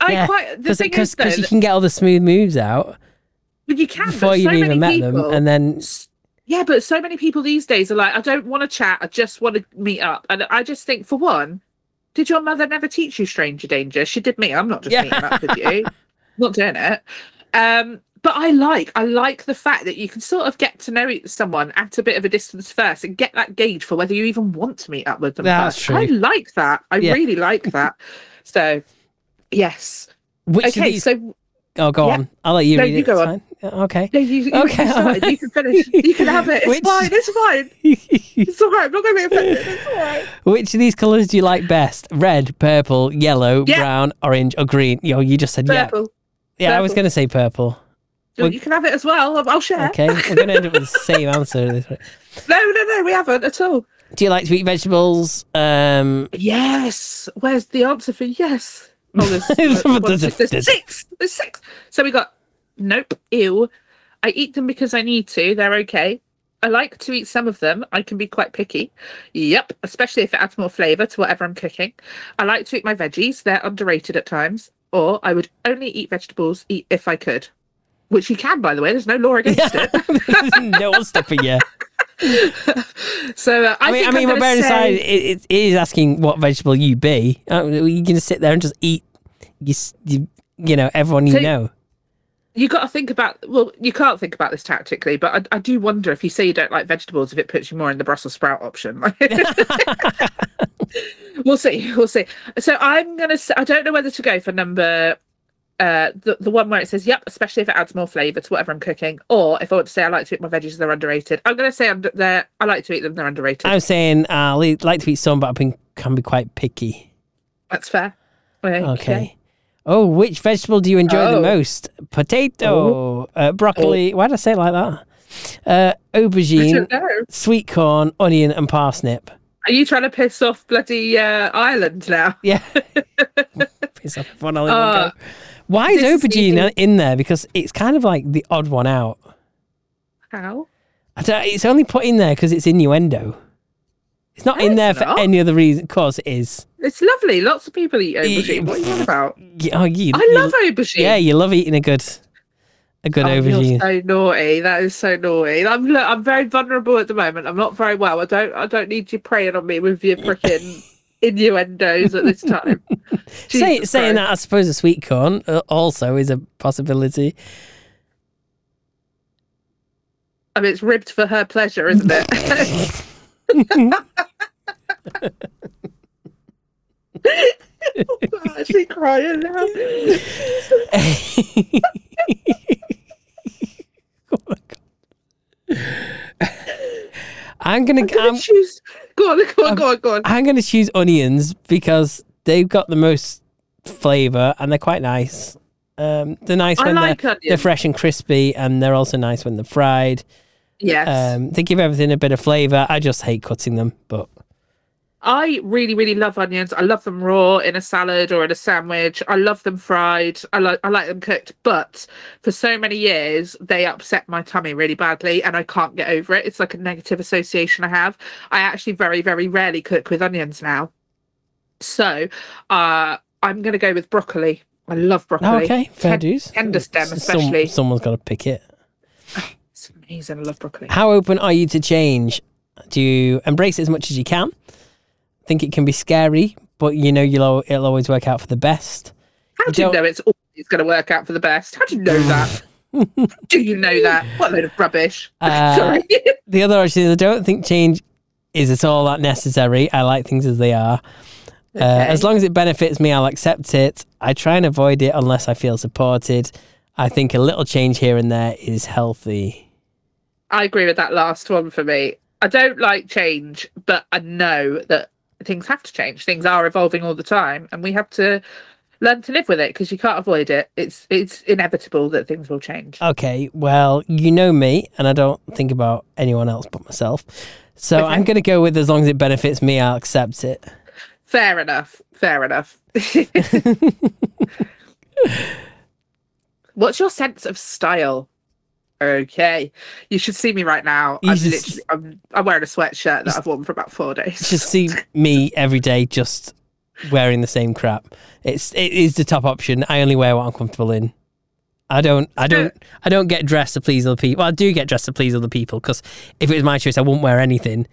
I,
yeah,
quite the
Cause,
thing
cause,
is though,
'cause you can get all the smooth moves out
but you can but
before you've
so many
even met
people,
them, and then
Yeah, but so many people these days are like, I don't want to chat. I just want to meet up. And I just think, for one, did your mother never teach you stranger danger? She did me. I'm not just
Yeah.
meeting up with you. not doing it. Um, but I like, I like the fact that you can sort of get to know e, someone at a bit of a distance first and get that gauge for whether you even want to meet up with them.
That's
first.
true.
I like that. I
Yeah.
really like that. So, yes.
which of
okay.
these?
So
oh, go
yeah.
on. I'll let you.
No,
read
you
it. it's
go
fine.
on.
Okay.
no, you, you,
Okay,
you, started. you can finish. You can have it. It's
Which-
fine. It's fine. It's all right. I'm not going to be offended. It's all right.
which of these colours do you like best? Red, purple, yellow,
Yeah.
brown, orange, or green? Yo, you just said yeah.
Purple.
Yeah, I was
purple.
gonna say purple.
You- You can have it as well. I'll- I'll share.
Okay, we're gonna end up with the same answer. This way.
No, no, no, we haven't at all.
Do you like to eat vegetables? Um,
Yes. Where's the answer for yes? Oh, there's, what's it? there's six. There's six. So we got nope, ew. I eat them because I need to. They're okay. I like to eat some of them. I can be quite picky. Yep, especially if it adds more flavour to whatever I'm cooking. I like to eat my veggies. They're underrated at times. Or I would only eat vegetables eat if I could. Which you can, by the way. There's no law against it.
no one's stopping you.
So uh, I,
I mean, I
think
mean,
I'm
but
gonna
bearing
say...
aside, it, it is asking what vegetable you be. Uh, you can just sit there and just eat. You, s- you, you know, everyone you
So-
know.
you got to think about well you can't think about this tactically but I, I do wonder if you say you don't like vegetables if it puts you more in the brussels sprout option we'll see we'll see so i'm gonna s- i don't know whether to go for number uh the, the one where it says yep especially if it adds more flavor to whatever i'm cooking or if i want to say i like to eat my veggies they're underrated i'm gonna say under, they're, i like to eat them they're underrated
I'm saying uh, I li- like to eat some, but I can, can be quite picky.
that's fair okay,
Okay. Oh, which vegetable do you enjoy the
Oh.
most? Potato, uh, broccoli. Why did I say it like that? Uh,
I
aubergine,
don't know.
sweet corn, onion, and parsnip.
Are you trying to piss off bloody uh, Ireland now?
Yeah. Piss off, one all in one
Uh,
go. Why is
this is
aubergine
easy.
in there? Because it's kind of like the odd one out.
How?
I don't, it's only put in there because it's innuendo. It's not
No,
in
it's
there for
not.
any other reason. Of course, it is.
It's lovely. Lots of people eat aubergine. What are you on about?
Y- Oh, you,
I
you-
love aubergine.
Yeah, you love eating a good, a good
Oh,
aubergine.
You're so naughty. That is so naughty. I'm look, I'm very vulnerable at the moment. I'm not very well. I don't I don't need you preying on me with your freaking innuendos at this time.
Say,
Jesus
saying
Christ.
that, I suppose a sweet corn uh, also is a possibility.
I mean, it's ribbed for her pleasure, isn't it? I'm actually crying now.
oh my God. I'm gonna, I'm
Gonna
I'm,
choose- Go on, go on, go on, go on.
gonna choose onions because they've got the most flavour and they're quite nice. Um, they're nice
I
when
like
they're, they're
onions.
fresh and crispy, and they're also nice when they're fried.
Yes.
Um, they give everything a bit of flavour. I just hate cutting them, but
I really, really love onions. I love them raw in a salad or in a sandwich. I love them fried. I like I like them cooked. But for so many years, they upset my tummy really badly, and I can't get over it. It's like a negative association I have. I actually very, very rarely cook with onions now. So, uh, I'm gonna go with broccoli. I love broccoli.
Oh, okay, fair
Ten-
dues.
tender stem
S-
especially.
someone's got to pick it.
It's amazing. I love broccoli.
How open are you to change? Do you embrace it as much as you can? Think it can be scary, but you know you'll al- it'll always work out for the best.
How do you
don't-
know it's always going to work out for the best? How do you know that? do you know that? What a load of rubbish.
Uh,
Sorry.
The other option is I don't think change is at all that necessary. I like things as they are. Uh, as long as it benefits me, I'll accept it. I try and avoid it unless I feel supported. I think a little change here and there is healthy.
I agree with that last one for me. I don't like change, but I know that things have to change. Things are evolving all the time, and we have to learn to live with it because you can't avoid it. It's it's inevitable that things will change.
Okay, well, you know me, and I don't think about anyone else but myself. So
Okay.
I'm going to go with as long as it benefits me, I'll accept it.
Fair enough. Fair enough. What's your sense of style? Okay, you should see me right now.
You
I'm,
should-
literally, I'm, I'm wearing a sweatshirt that I've worn for about four days.
Just see me every day just wearing the same crap. It's it is the top option. I only wear what I'm comfortable in. I don't I don't I don't get dressed to please other people. Well, I do get dressed to please other people because if it was my choice I wouldn't wear anything.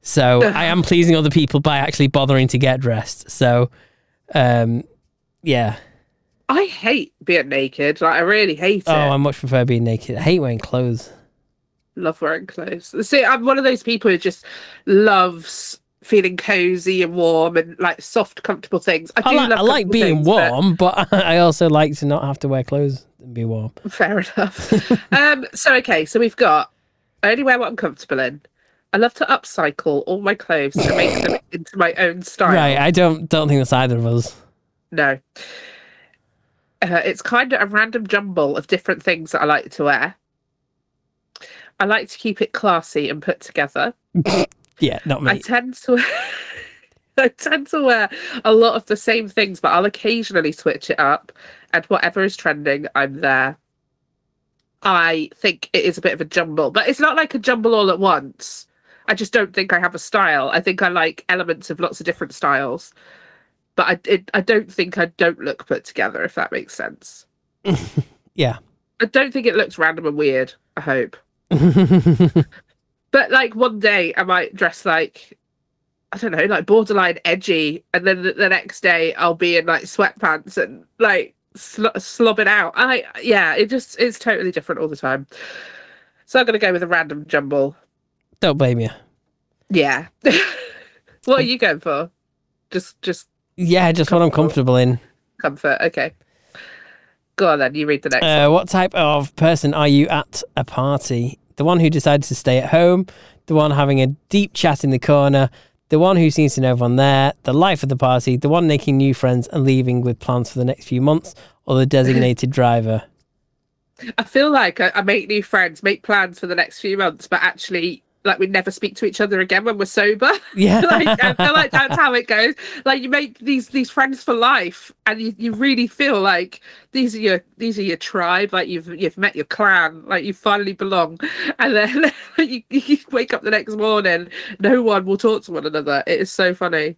So I am pleasing other people by actually bothering to get dressed. So um yeah.
I hate being naked. Like I really hate it.
Oh, I much prefer being naked. I hate wearing clothes.
Love wearing clothes. See, I'm one of those people who just loves feeling cozy and warm and like soft, comfortable things. I do
I like,
love
I like
comfortable
being
things, but-
warm, but I also like to not have to wear clothes and be warm.
Fair enough. um, so okay, so we've got I only wear what I'm comfortable in. I love to upcycle all my clothes to make them into my own style.
Right, I don't don't think that's either of us.
No. Uh, it's kind of a random jumble of different things that I like to wear. I like to keep it classy and put together.
Yeah, not
I
me.
tend to I tend to wear a lot of the same things, but I'll occasionally switch it up and whatever is trending, I'm there. I think it is a bit of a jumble, but it's not like a jumble all at once. I just don't think I have a style. I think I like elements of lots of different styles, but I it, I don't think I don't look put together if that makes sense.
Yeah.
I don't think it looks random and weird. I hope. But like one day, I might dress like I don't know, like borderline edgy, and then the, the next day I'll be in like sweatpants and like sl- slobbing out. I yeah, it just it's totally different all the time. So I'm gonna go with a random jumble.
don't blame you.
Yeah. what are you going for? Just just
Yeah, just what I'm comfortable in.
comfort. Okay. Go on then. You read the next.
Uh, what type of person are you at a party? The one who decides to stay at home, the one having a deep chat in the corner, the one who seems to know everyone there, the life of the party, the one making new friends and leaving with plans for the next few months, or the designated driver.
I feel like I, I make new friends, make plans for the next few months, but actually, like we never speak to each other again when we're sober.
Yeah.
like um, I feel like that's how it goes. Like you make these these friends for life, and you, you really feel like these are your these are your tribe. Like you've you've met your clan. Like you finally belong. And then you, you wake up the next morning, no one will talk to one another. It is so funny.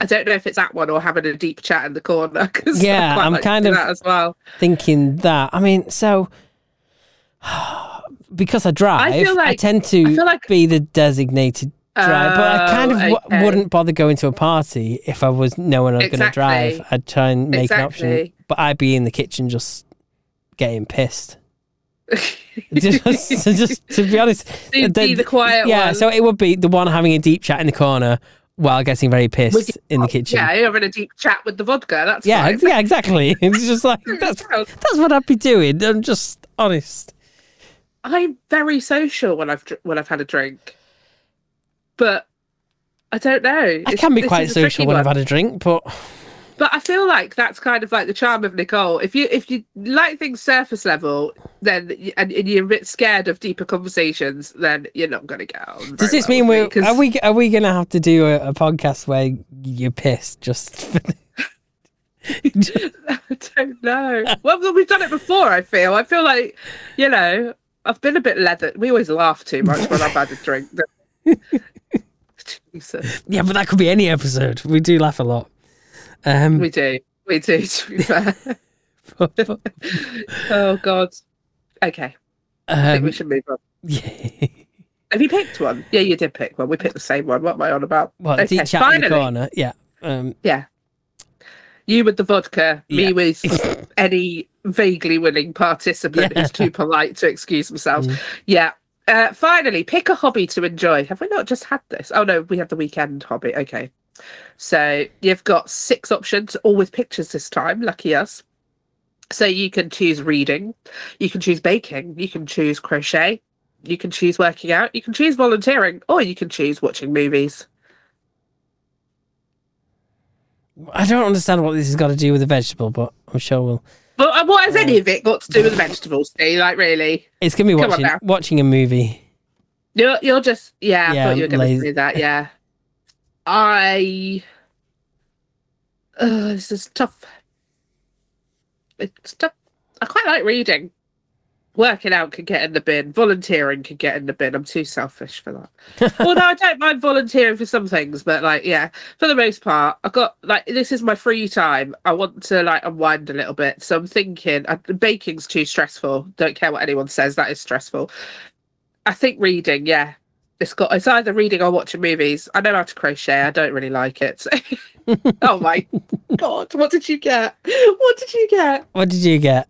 I don't know if it's that one or having a deep chat in the corner. 'cause I
Yeah,
quite
I'm
like to
kind
do
of-
that as well.
thinking that. I mean, so because I drive, I,
feel like-
tend to
I feel like-
be the designated driver. but I kind of
Oh,
w-
okay.
wouldn't bother going to a party if I was knowing I was
Exactly.
going to drive. I'd try and make an option,
Exactly.
but I'd be in the kitchen just getting pissed. just, just to be honest,
So you'd
the-
be the quiet
yeah.
one.
So it would be the one having a deep chat in the corner while getting very pissed in the kitchen.
yeah, you're having a deep chat with the vodka. That's
yeah,
fine.
ex- yeah, exactly. It's just like that's that's what I'd be doing. I'm just honest.
I'm very social when I've dr- when I've had a drink, but I don't know.
I
It's-
can be
this
quite
is a tricky
social when I've
one.
had a drink, but
But I feel like that's kind of like the charm of Nicole. If you if you like things surface level, then y- and, and you're a bit scared of deeper conversations, then you're not going to get on. very
does this
well
mean
with
we're
me, 'cause-
are we are we gonna have to do a, a podcast where you're pissed just for
I don't know. Well, we've done it before. I feel. I feel like, you know, I've been a bit leather. We always laugh too much when I've had a drink. don't we? Jesus,
Yeah, but that could be any episode. We do laugh a lot. Um
we do, we do. To be fair.
but- but,
Oh God. Okay, I think
um,
we should move on.
yeah.
Have you picked one? Yeah, you did pick one. We picked the same one. What am I on about?
Well
Okay,
deep chat in the
finally.
corner. Yeah. Um
You with the vodka,
Yeah.
me with any vaguely willing participant who's too polite to excuse themselves. Yeah. Uh, finally, pick a hobby to enjoy. Have we not just had this? Oh no, we had the weekend hobby. Okay. So you've got six options, all with pictures this time. Lucky us. So you can choose reading, you can choose baking, you can choose crochet, you can choose working out, you can choose volunteering, or you can choose watching movies.
I don't understand what this has got to do with the vegetable, but I'm sure we'll
But uh, what has any of it got to do with vegetables, Steve? Like, really?
it's gonna be
Come on
watching
now.
watching a movie.
You're you're just yeah,
Yeah,
I thought you were gonna
lazy.
do that, yeah. I Ugh, this is tough. It's tough. I quite like reading. Working out can get in the bin. Volunteering can get in the bin. I'm too selfish for that. Although I don't mind volunteering for some things, but like, yeah, for the most part, I got like this is my free time. I want to like unwind a little bit. So I'm thinking uh, baking's too stressful. Don't care what anyone says. That is stressful. I think reading, yeah, it's got it's either reading or watching movies. I know how to crochet. I don't really like it. oh my god! What did you get? What did you get?
What did you get?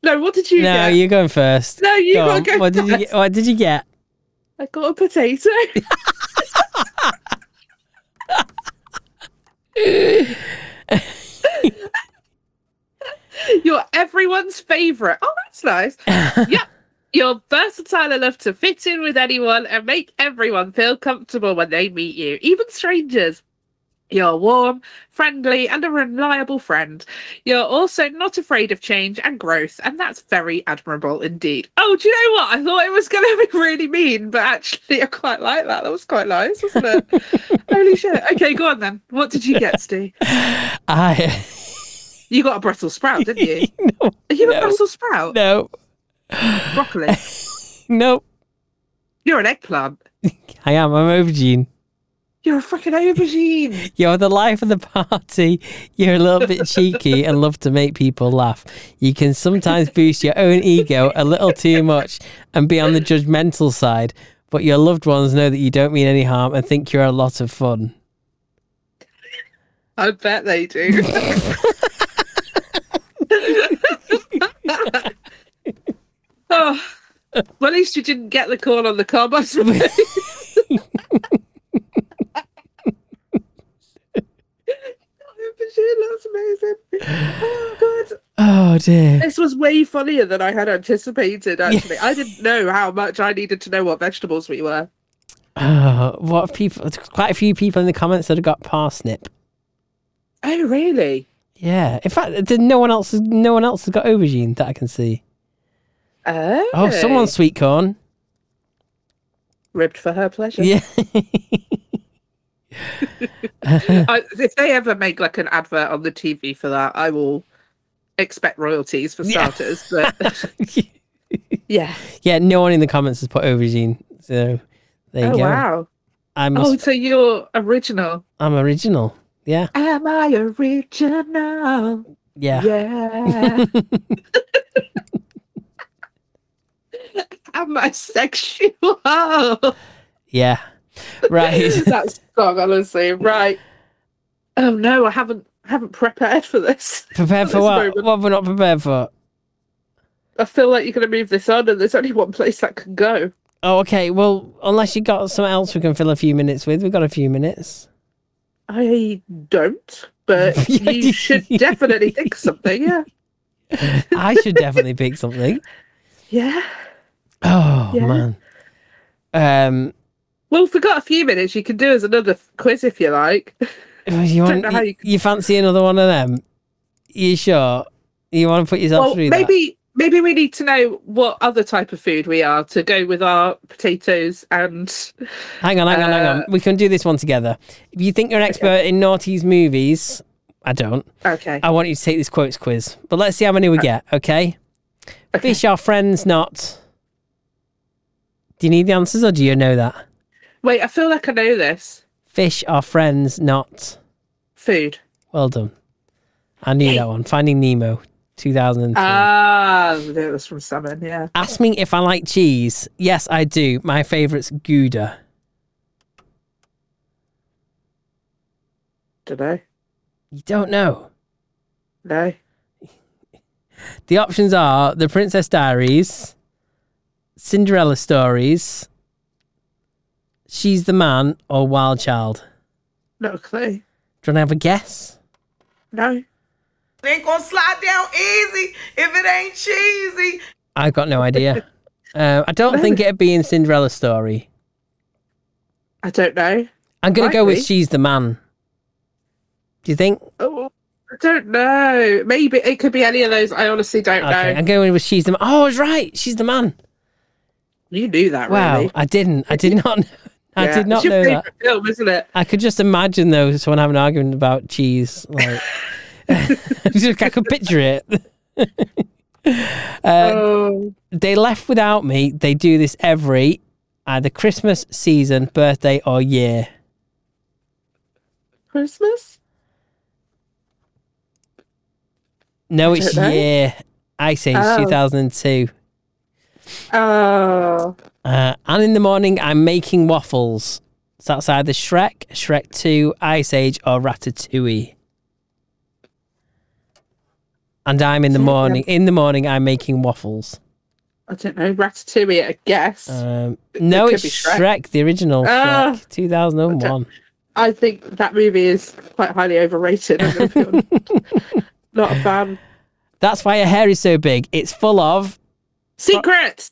No, what did you
no,
get?
you're going first.
no, you
Go
gotta
on.
go
what did you
first.
get? What did you get?
I got a potato. You're everyone's favourite. Oh, that's nice. yep. You're versatile enough to fit in with anyone and make everyone feel comfortable when they meet you, even strangers. You're warm, friendly, and a reliable friend. You're also not afraid of change and growth, and that's very admirable indeed. Oh, do you know what? I thought it was going to be really mean, but actually, I quite like that. That was quite nice, wasn't it? Holy shit. Okay, go on then. What did you get, Steve?
I
You got a Brussels sprout, didn't you?
no,
You
No.
a Brussels sprout?
no,
Broccoli.
no.
You're an eggplant.
I am. I'm Aubergine.
You're a freaking aubergine.
You're the life of the party. You're a little bit cheeky and love to make people laugh. You can sometimes boost your own ego a little too much and be on the judgmental side, but your loved ones know that you don't mean any harm and think you're a lot of fun.
I bet they do. oh, well, at least you didn't get the call on the car bus. That's amazing. Oh, God.
Oh dear.
This was way funnier than I had anticipated, actually. I didn't know how much I needed to know what vegetables we were.
Oh, what people? Quite a few people in the comments that have got parsnip.
Oh, really?
Yeah. In fact, did no one else? No one else has got aubergine that I can see.
Oh,
Oh, someone's sweet corn.
ribbed for her pleasure.
Yeah.
I, if they ever make like an advert on the TV for that, I will expect royalties for
Yeah.
starters. But yeah.
yeah. No one in the comments has put aubergine. So there you
Oh
go.
wow.
I must.
Oh, so you're original.
I'm original. Yeah.
Am I original?
Yeah.
Yeah. Am I sexual?
Yeah. Right.
That's song, honestly. Right. Oh no, I haven't haven't prepared for this.
prepared for
This
what?
moment.
What we're not prepared for.
I feel like you're gonna move this on and there's only one place that can go.
Oh, okay. Well, unless you got something else we can fill a few minutes with, we've got a few minutes.
I don't, but
Yeah,
you should definitely think something. Yeah.
I should definitely pick something.
Yeah.
Oh
Yeah.
man. Um.
Well, if we've got a few minutes, you can do us another f- quiz if you like.
You want?
know how
You,
you could-
you fancy another one of them? You sure? You want to put yourself
well,
through
maybe maybe we need to know what other type of food we are to go with our potatoes and
that? Hang on, hang on, hang on.
uh,
We can do this one together. If you think you're an expert in naughty's movies, I don't.
okay.
I want you to take this quotes quiz, but let's see how many we get. Okay.
Uh, Okay.
Fish are friends, not. Do you need the answers or do you know that?
Wait, I feel like I know this
Fish are friends, not.
food.
Well done. I knew that one. Finding Nemo, 2003.
Ah, that was from Salmon. Yeah.
Ask me if I like cheese. Yes, I do. My favourite's Gouda.
Don't know.
You don't know.
No.
The options are The Princess Diaries, Cinderella Stories, She's the Man, or Wild Child.
Not a clue.
Do you want to have a guess?
No.
It ain't gonna slide down easy if it ain't cheesy.
I've got no idea. um, I don't think it'd be in Cinderella story.
I don't know.
I'm gonna
Might
go with
be.
she's the man. Do you think?
Oh, I don't know. Maybe it could be any of those. I honestly don't
Okay,
know.
I'm going with she's the man. Oh, I was right. She's the man.
You knew that,
Wow,
really.
I didn't. I did not. Know, I
Yeah.
did not
it's your
know that.
favourite film, isn't it?
I could just imagine though someone having an argument about cheese. Like, I could picture it. Uh,
oh,
They Left Without Me, they do this every either Christmas, season, birthday, or year.
Christmas?
No,
don't
it's
know.
year. Ice Age
Oh.
2002.
Oh,
Uh, and in the morning, I'm making waffles. It's outside the Shrek, Shrek 2, Ice Age, or Ratatouille. And I'm in the
Yeah.
morning. In the morning, I'm making waffles.
I don't know. Ratatouille, I guess.
Um, no,
could
it's
be
Shrek.
Shrek.
the original
Ah.
Shrek, 2001.
I think that movie is quite highly overrated. I'm gonna be honest. Not a fan.
That's why your hair is so big. It's full of.
Secrets!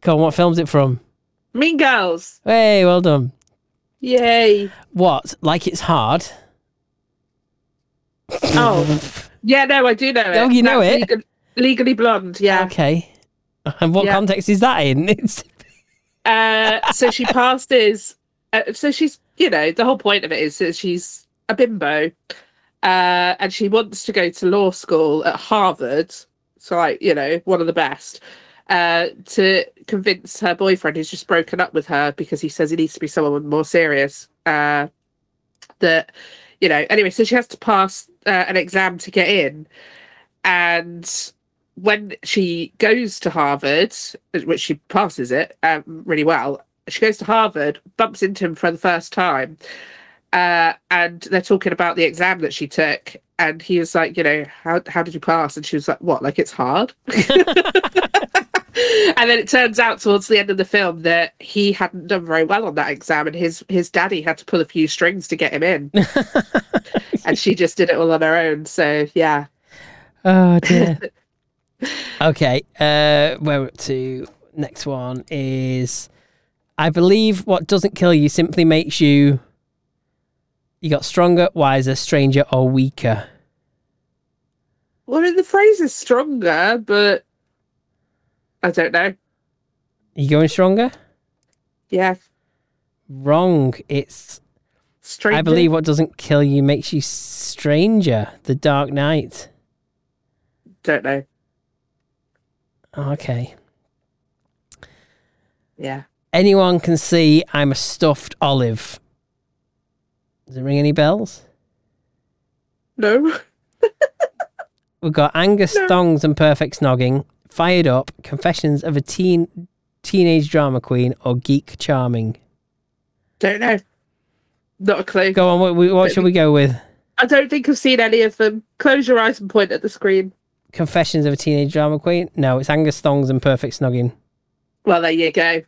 Come on, what film's it from?
Mean Girls!
Hey, well done.
Yay!
What? Like it's hard?
Oh. Yeah, no, I do know it.
Oh, you know it?
Legal- legally Blonde, yeah.
Okay. And what
Yeah.
context is that in? It's
Uh, so she passes. Uh, so she's, you know, the whole point of it is that she's a bimbo, uh, and she wants to go to law school at Harvard. So, like, you know, one of the best. Uh, to convince her boyfriend, who's just broken up with her because he says he needs to be someone more serious. Uh, that, you know, anyway, so she has to pass uh, an exam to get in, and when she goes to Harvard, which she passes it um, really well, she goes to Harvard, bumps into him for the first time, uh, and they're talking about the exam that she took. And he was like, you know, how how did you pass? And she was like, what? Like it's hard. and then it turns out towards the end of the film that he hadn't done very well on that exam, and his his daddy had to pull a few strings to get him in, and she just did it all on her own. So yeah,
Oh dear. okay. Uh where to next one is I believe what doesn't kill you simply makes you you got stronger, wiser, stranger, or weaker.
Well, I mean, the phrase is stronger, but I don't know.
You going stronger?
Yeah,
Wrong. It's
stranger.
I believe what doesn't kill you makes you stranger. The Dark Knight.
Don't know.
Oh, Okay.
Yeah.
Anyone can see I'm a stuffed olive. Does it ring any bells?
No.
We've got Angus
No.
Thongs and Perfect Snogging, Fired Up, Confessions of a Teen Teenage Drama Queen, or Geek Charming.
Don't know. Not a clue.
Go on, what, we- what should we go with?
I don't think I've seen any of them. Close your eyes and point at the screen.
Confessions of a Teenage Drama Queen? No, it's Angus Thongs and Perfect Snogging.
Well, there you go.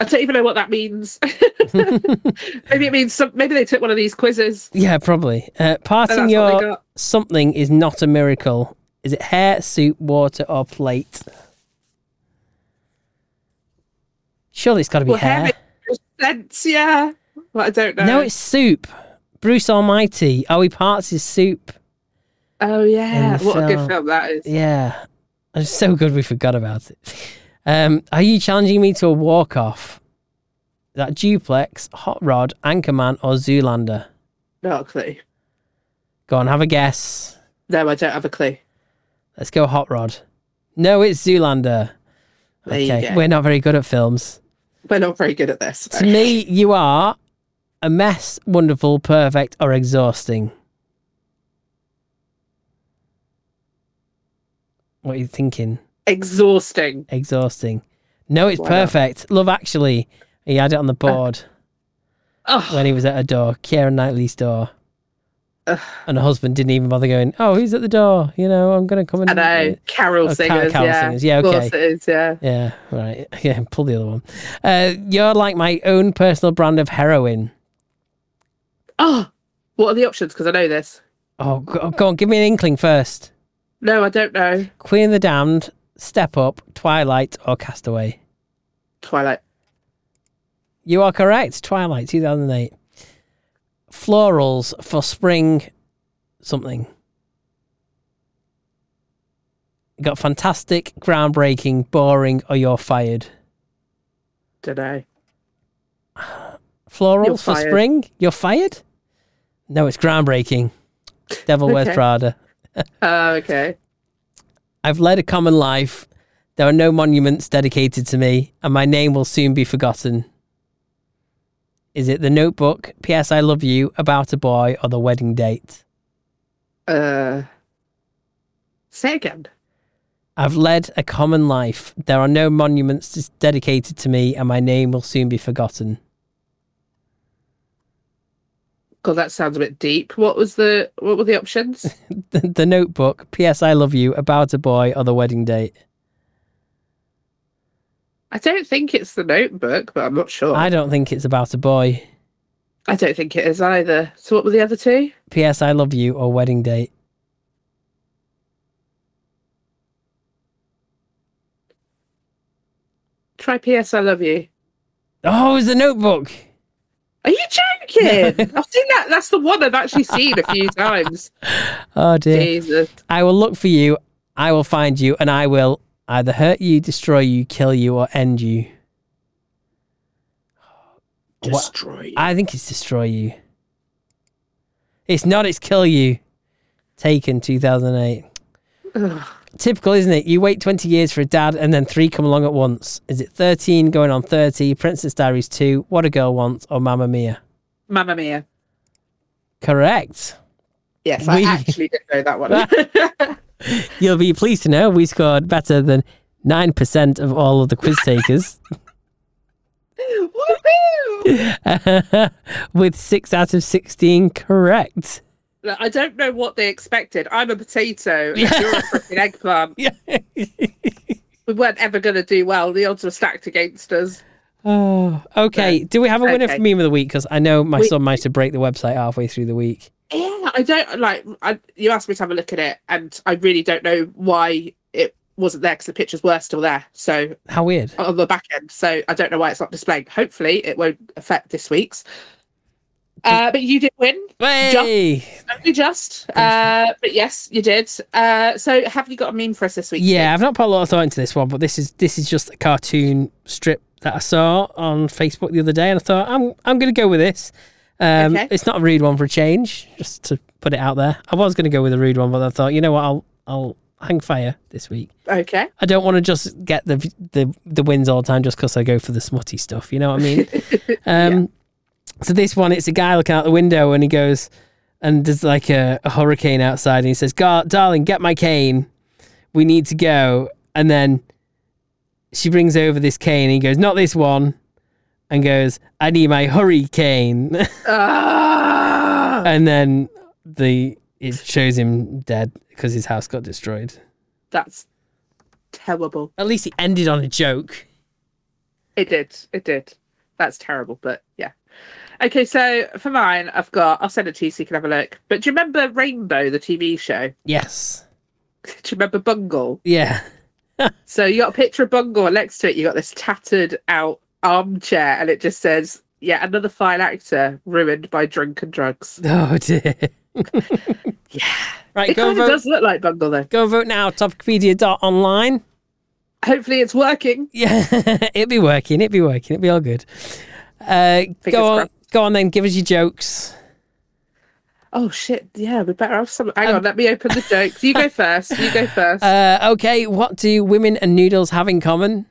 I don't even know what that means. maybe it means some, maybe they took one of these quizzes.
Yeah, probably. Uh,
and
parting
that's what they
your
got.
something is not a miracle. Is it hair, soup, water, or plate? Surely it's got to be
Well, hair
hair.
makes sense. Yeah. But I don't know.
No, it's soup. Bruce Almighty. Oh, he parts his soup.
oh yeah.
in the
What a
film.
good film that is.
Yeah. I'm so good we forgot about it. Um, are you challenging me to a walk off? That duplex, hot rod, anchorman, or Zoolander?
Not a clue.
Go on, have a guess.
No, I don't have a clue.
Let's go hot rod. No, it's Zoolander.
There you go.
We're not very good at films.
We're not very good at this.
To me, you are a mess, wonderful, perfect, or exhausting. What are you thinking?
Exhausting.
Exhausting. No, it's
Why not? Uh.
perfect. Love Actually. He had it on the board
Oh,
when he was at her door, Kieran Knightley's door.
Ugh.
And her husband didn't even bother going, Oh, who's at the door? You know, I'm going to come and.
I know. Carol
Oh, Car-
singers.
carol
yeah.
singers, yeah,
Of course
okay.
it is, yeah.
Yeah, right. Yeah, pull the other one. Uh, you're like my own personal brand of heroin.
Oh, what are the options? Because I know this.
Oh, go, go on, give me an inkling first.
No, I don't know.
Queen of the Damned, Step Up, Twilight, or Castaway?
Twilight.
You are correct. Twilight, 2008. Florals for spring something. You got fantastic, groundbreaking, boring, or you're fired.
Don't know.
Florals
You're
for
fired.
spring? You're fired? No, it's groundbreaking. Devil Wears
Okay.
Prada.
Oh, Uh, okay.
I've led a common life. There are no monuments dedicated to me, and my name will soon be forgotten. Is it the notebook, P.S. I Love You, About a Boy, or the wedding date?
Uh, say again.
I've led a common life. There are no monuments dis- dedicated to me, and my name will soon be forgotten.
God, that sounds a bit deep. What was the what were the options?
The, the notebook, P.S. I Love You, About a Boy, or the wedding date?
I don't think it's the notebook, but I'm not sure.
I
I,
don't think it's about a boy.
don't think it is either. So what were the other two?
P.S. I Love You, or wedding date?
Try PS I love you.
Oh, it's the notebook.
Are you joking? I've seen that. That's the one I've actually seen a few times.
Oh, dear.
Jesus.
I will look for you, I will find you, and I will either hurt you, destroy you, kill you, or end you. What-
Destroy.
I think it's destroy you. It's not, it's kill you. Taken 2008.
Ugh.
Typical, isn't it? You wait 20 years for a dad and then three come along at once. Is it 13 going on 30, Princess Diaries 2, What a Girl Wants, or Mamma Mia?
Mamma Mia.
Correct.
Yes,
We-
I actually did know that one.
You'll be pleased to know we scored better than 9% of all of the quiz takers.
Woohoo!
with six out of 16 correct.
Look, I don't know what they expected. I'm a potato. and You're a freaking eggplant.
Yeah.
We weren't ever going to do well. The odds were stacked against us.
oh, okay. Do we have a winner
Okay.
for meme of the week? Because I know my
We-
son managed to break the website halfway through the week.
Yeah, I don't like. I, you asked me to have a look at it, and I really don't know why it wasn't there because the pictures were still there. So
How weird.
on the back end. So I don't know why it's not displaying. Hopefully, it won't affect this week's. Uh, but you did win,
Hey!
only just. Uh, but yes, you did. Uh, so have you got a meme for us this week?
Yeah, I've not put a lot of thought into this one, but this is this is just a cartoon strip that I saw on Facebook the other day, and I thought I'm I'm going to go with this. Um,
Okay.
It's not a rude one for a change, just to put it out there. I was going to go with a rude one, but I thought you know what, I'll I'll hang fire this week.
Steve? Okay.
I don't want to just get the the the wins all the time just because I go for the smutty stuff. You know what I mean? um, So this one, it's a guy looking out the window and he goes, and there's like a, a hurricane outside, and he says, "Gar- "Darling, get my cane. We need to go." And then she brings over this cane, and he goes, "Not this one," and goes, "I need my hurricane."
Ah!
and then the it shows him dead because his house got destroyed.
that's terrible.
At least it ended on a joke.
It did. It did. That's terrible. But yeah. Okay, so for mine, I've got. I'll send it to you so you can have a look. But do you remember Rainbow, the TV show?
Yes.
Do you remember Bungle?
Yeah.
So you got a picture of Bungle and next to it. You got this tattered out armchair, and it just says, "Yeah, another fine actor ruined by drink and drugs."
Oh dear.
Yeah,
Right,
it
go
kind
vote.
of does look like Bungle though.
Go vote now. Topicpedia.online.
Hopefully, it's working.
Yeah, it'll be working. It'll be working. It'll be all good. Uh, go on,
crossed.
go on then. Give us your jokes.
Oh shit! Yeah, we better have some. Hang on, let me open the jokes. You go first. You go first.
Uh, okay, what do women and noodles have in common?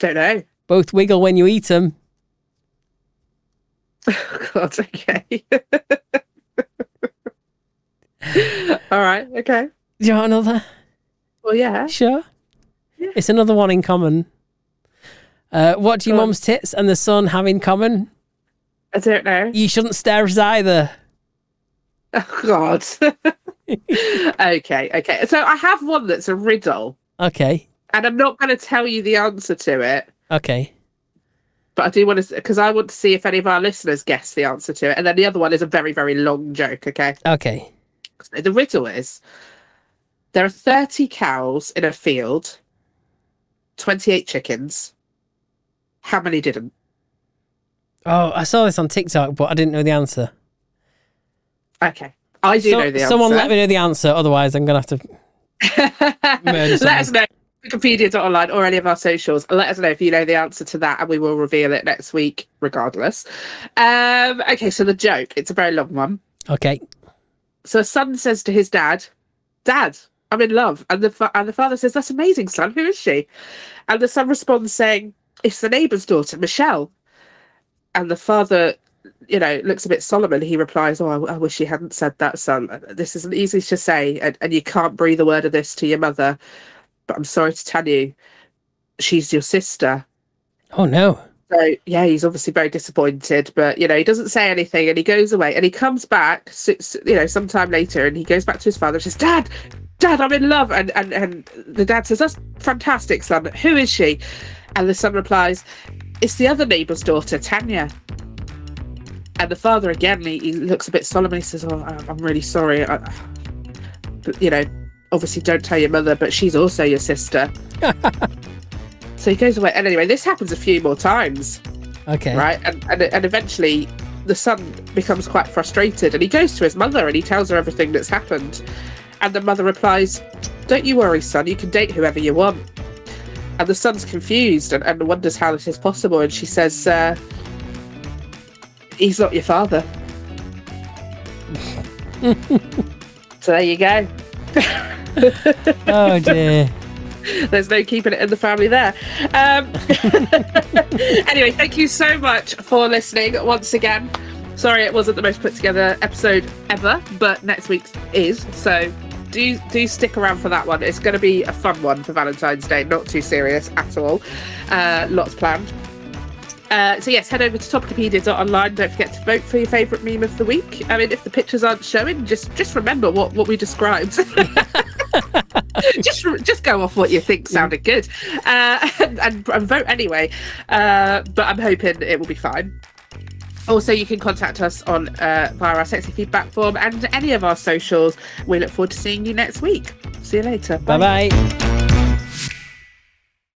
Don't know.
Both wiggle when you eat them.
Oh, God. Okay. All right. Okay.
Do you want another?
Well, yeah.
Sure.
Yeah.
It's another one in common. Uh, what do your
Go on.
mum's tits and the sun have in common?
I don't know.
You shouldn't stare at us either.
Oh God. okay. Okay. So I have one that's a riddle.
Okay.
and I'm not going to tell you the answer to it,
Okay.
but I do want to because I want to see if any of our listeners guess the answer to it. And then the other one is a very, very long joke. Okay,
Okay.
So the riddle is: there are thirty cows in a field, twenty-eight chickens. How many didn't?
Oh, I saw this on TikTok, but I didn't know the answer.
Okay, I do
So-
know the answer.
someone let me know the answer, otherers I'm gonna have to. Murder
let
someone.
us know. Wikipedia.online or any of our socials. Let us know if you know the answer to that, and we will reveal it next week, regardless. Um, okay, so the joke, it's a very long one.
Okay.
So a son says to his dad, Dad, I'm in love. And the, fa- and the father says, That's amazing, son. Who is she? And the son responds, saying, It's the neighbour's daughter, Michelle. And the father, you know, looks a bit solemn and he replies, Oh, I, I wish you hadn't said that, son. This isn't easy to say. And, and you can't breathe a word of this to your mother. But I'm sorry to tell you, she's your sister.
Oh no.
So yeah, he's obviously very disappointed, but you know he doesn't say anything, and he goes away, and he comes back, s- s- you know, sometime later, and he goes back to his father and says, "Dad, Dad, I'm in love," and and and the dad says, "That's fantastic, son. Who is she?" And the son replies, "It's the other neighbour's daughter, Tanya." And the father again, he, he looks a bit solemn, and he says, "Oh, I- I'm really sorry, I, but, you know." Obviously, don't tell your mother, but she's also your sister. So he goes away. And anyway, this happens a few more times
Okay.
right? And, and and eventually, the son becomes quite frustrated, and he goes to his mother and he tells her everything that's happened. And the mother replies, "Don't you worry, son. You can date whoever you want." And the son's confused and, and wonders how this is possible. And she says, uh, "He's not your father." so there you go.
Oh dear.
There's no keeping it in the family there. Um, anyway, thank you so much for listening once again. Sorry, it wasn't the most put together episode ever, but next week's is. So do do stick around for that one. It's going to be a fun one for Valentine's Day. Not too serious at all. Uh, lots planned. Uh, so yes, head over to topicopedia.online. Don't forget to vote for your favourite meme of the week. I mean, if the pictures aren't showing, just just remember what, what we described. just just go off what you think sounded good uh, and, and, and vote anyway uh, but i'm hoping it will be fine also you can contact us on uh, via our sexy feedback form and any of our socials we look forward to seeing you next week see you later
Bye bye.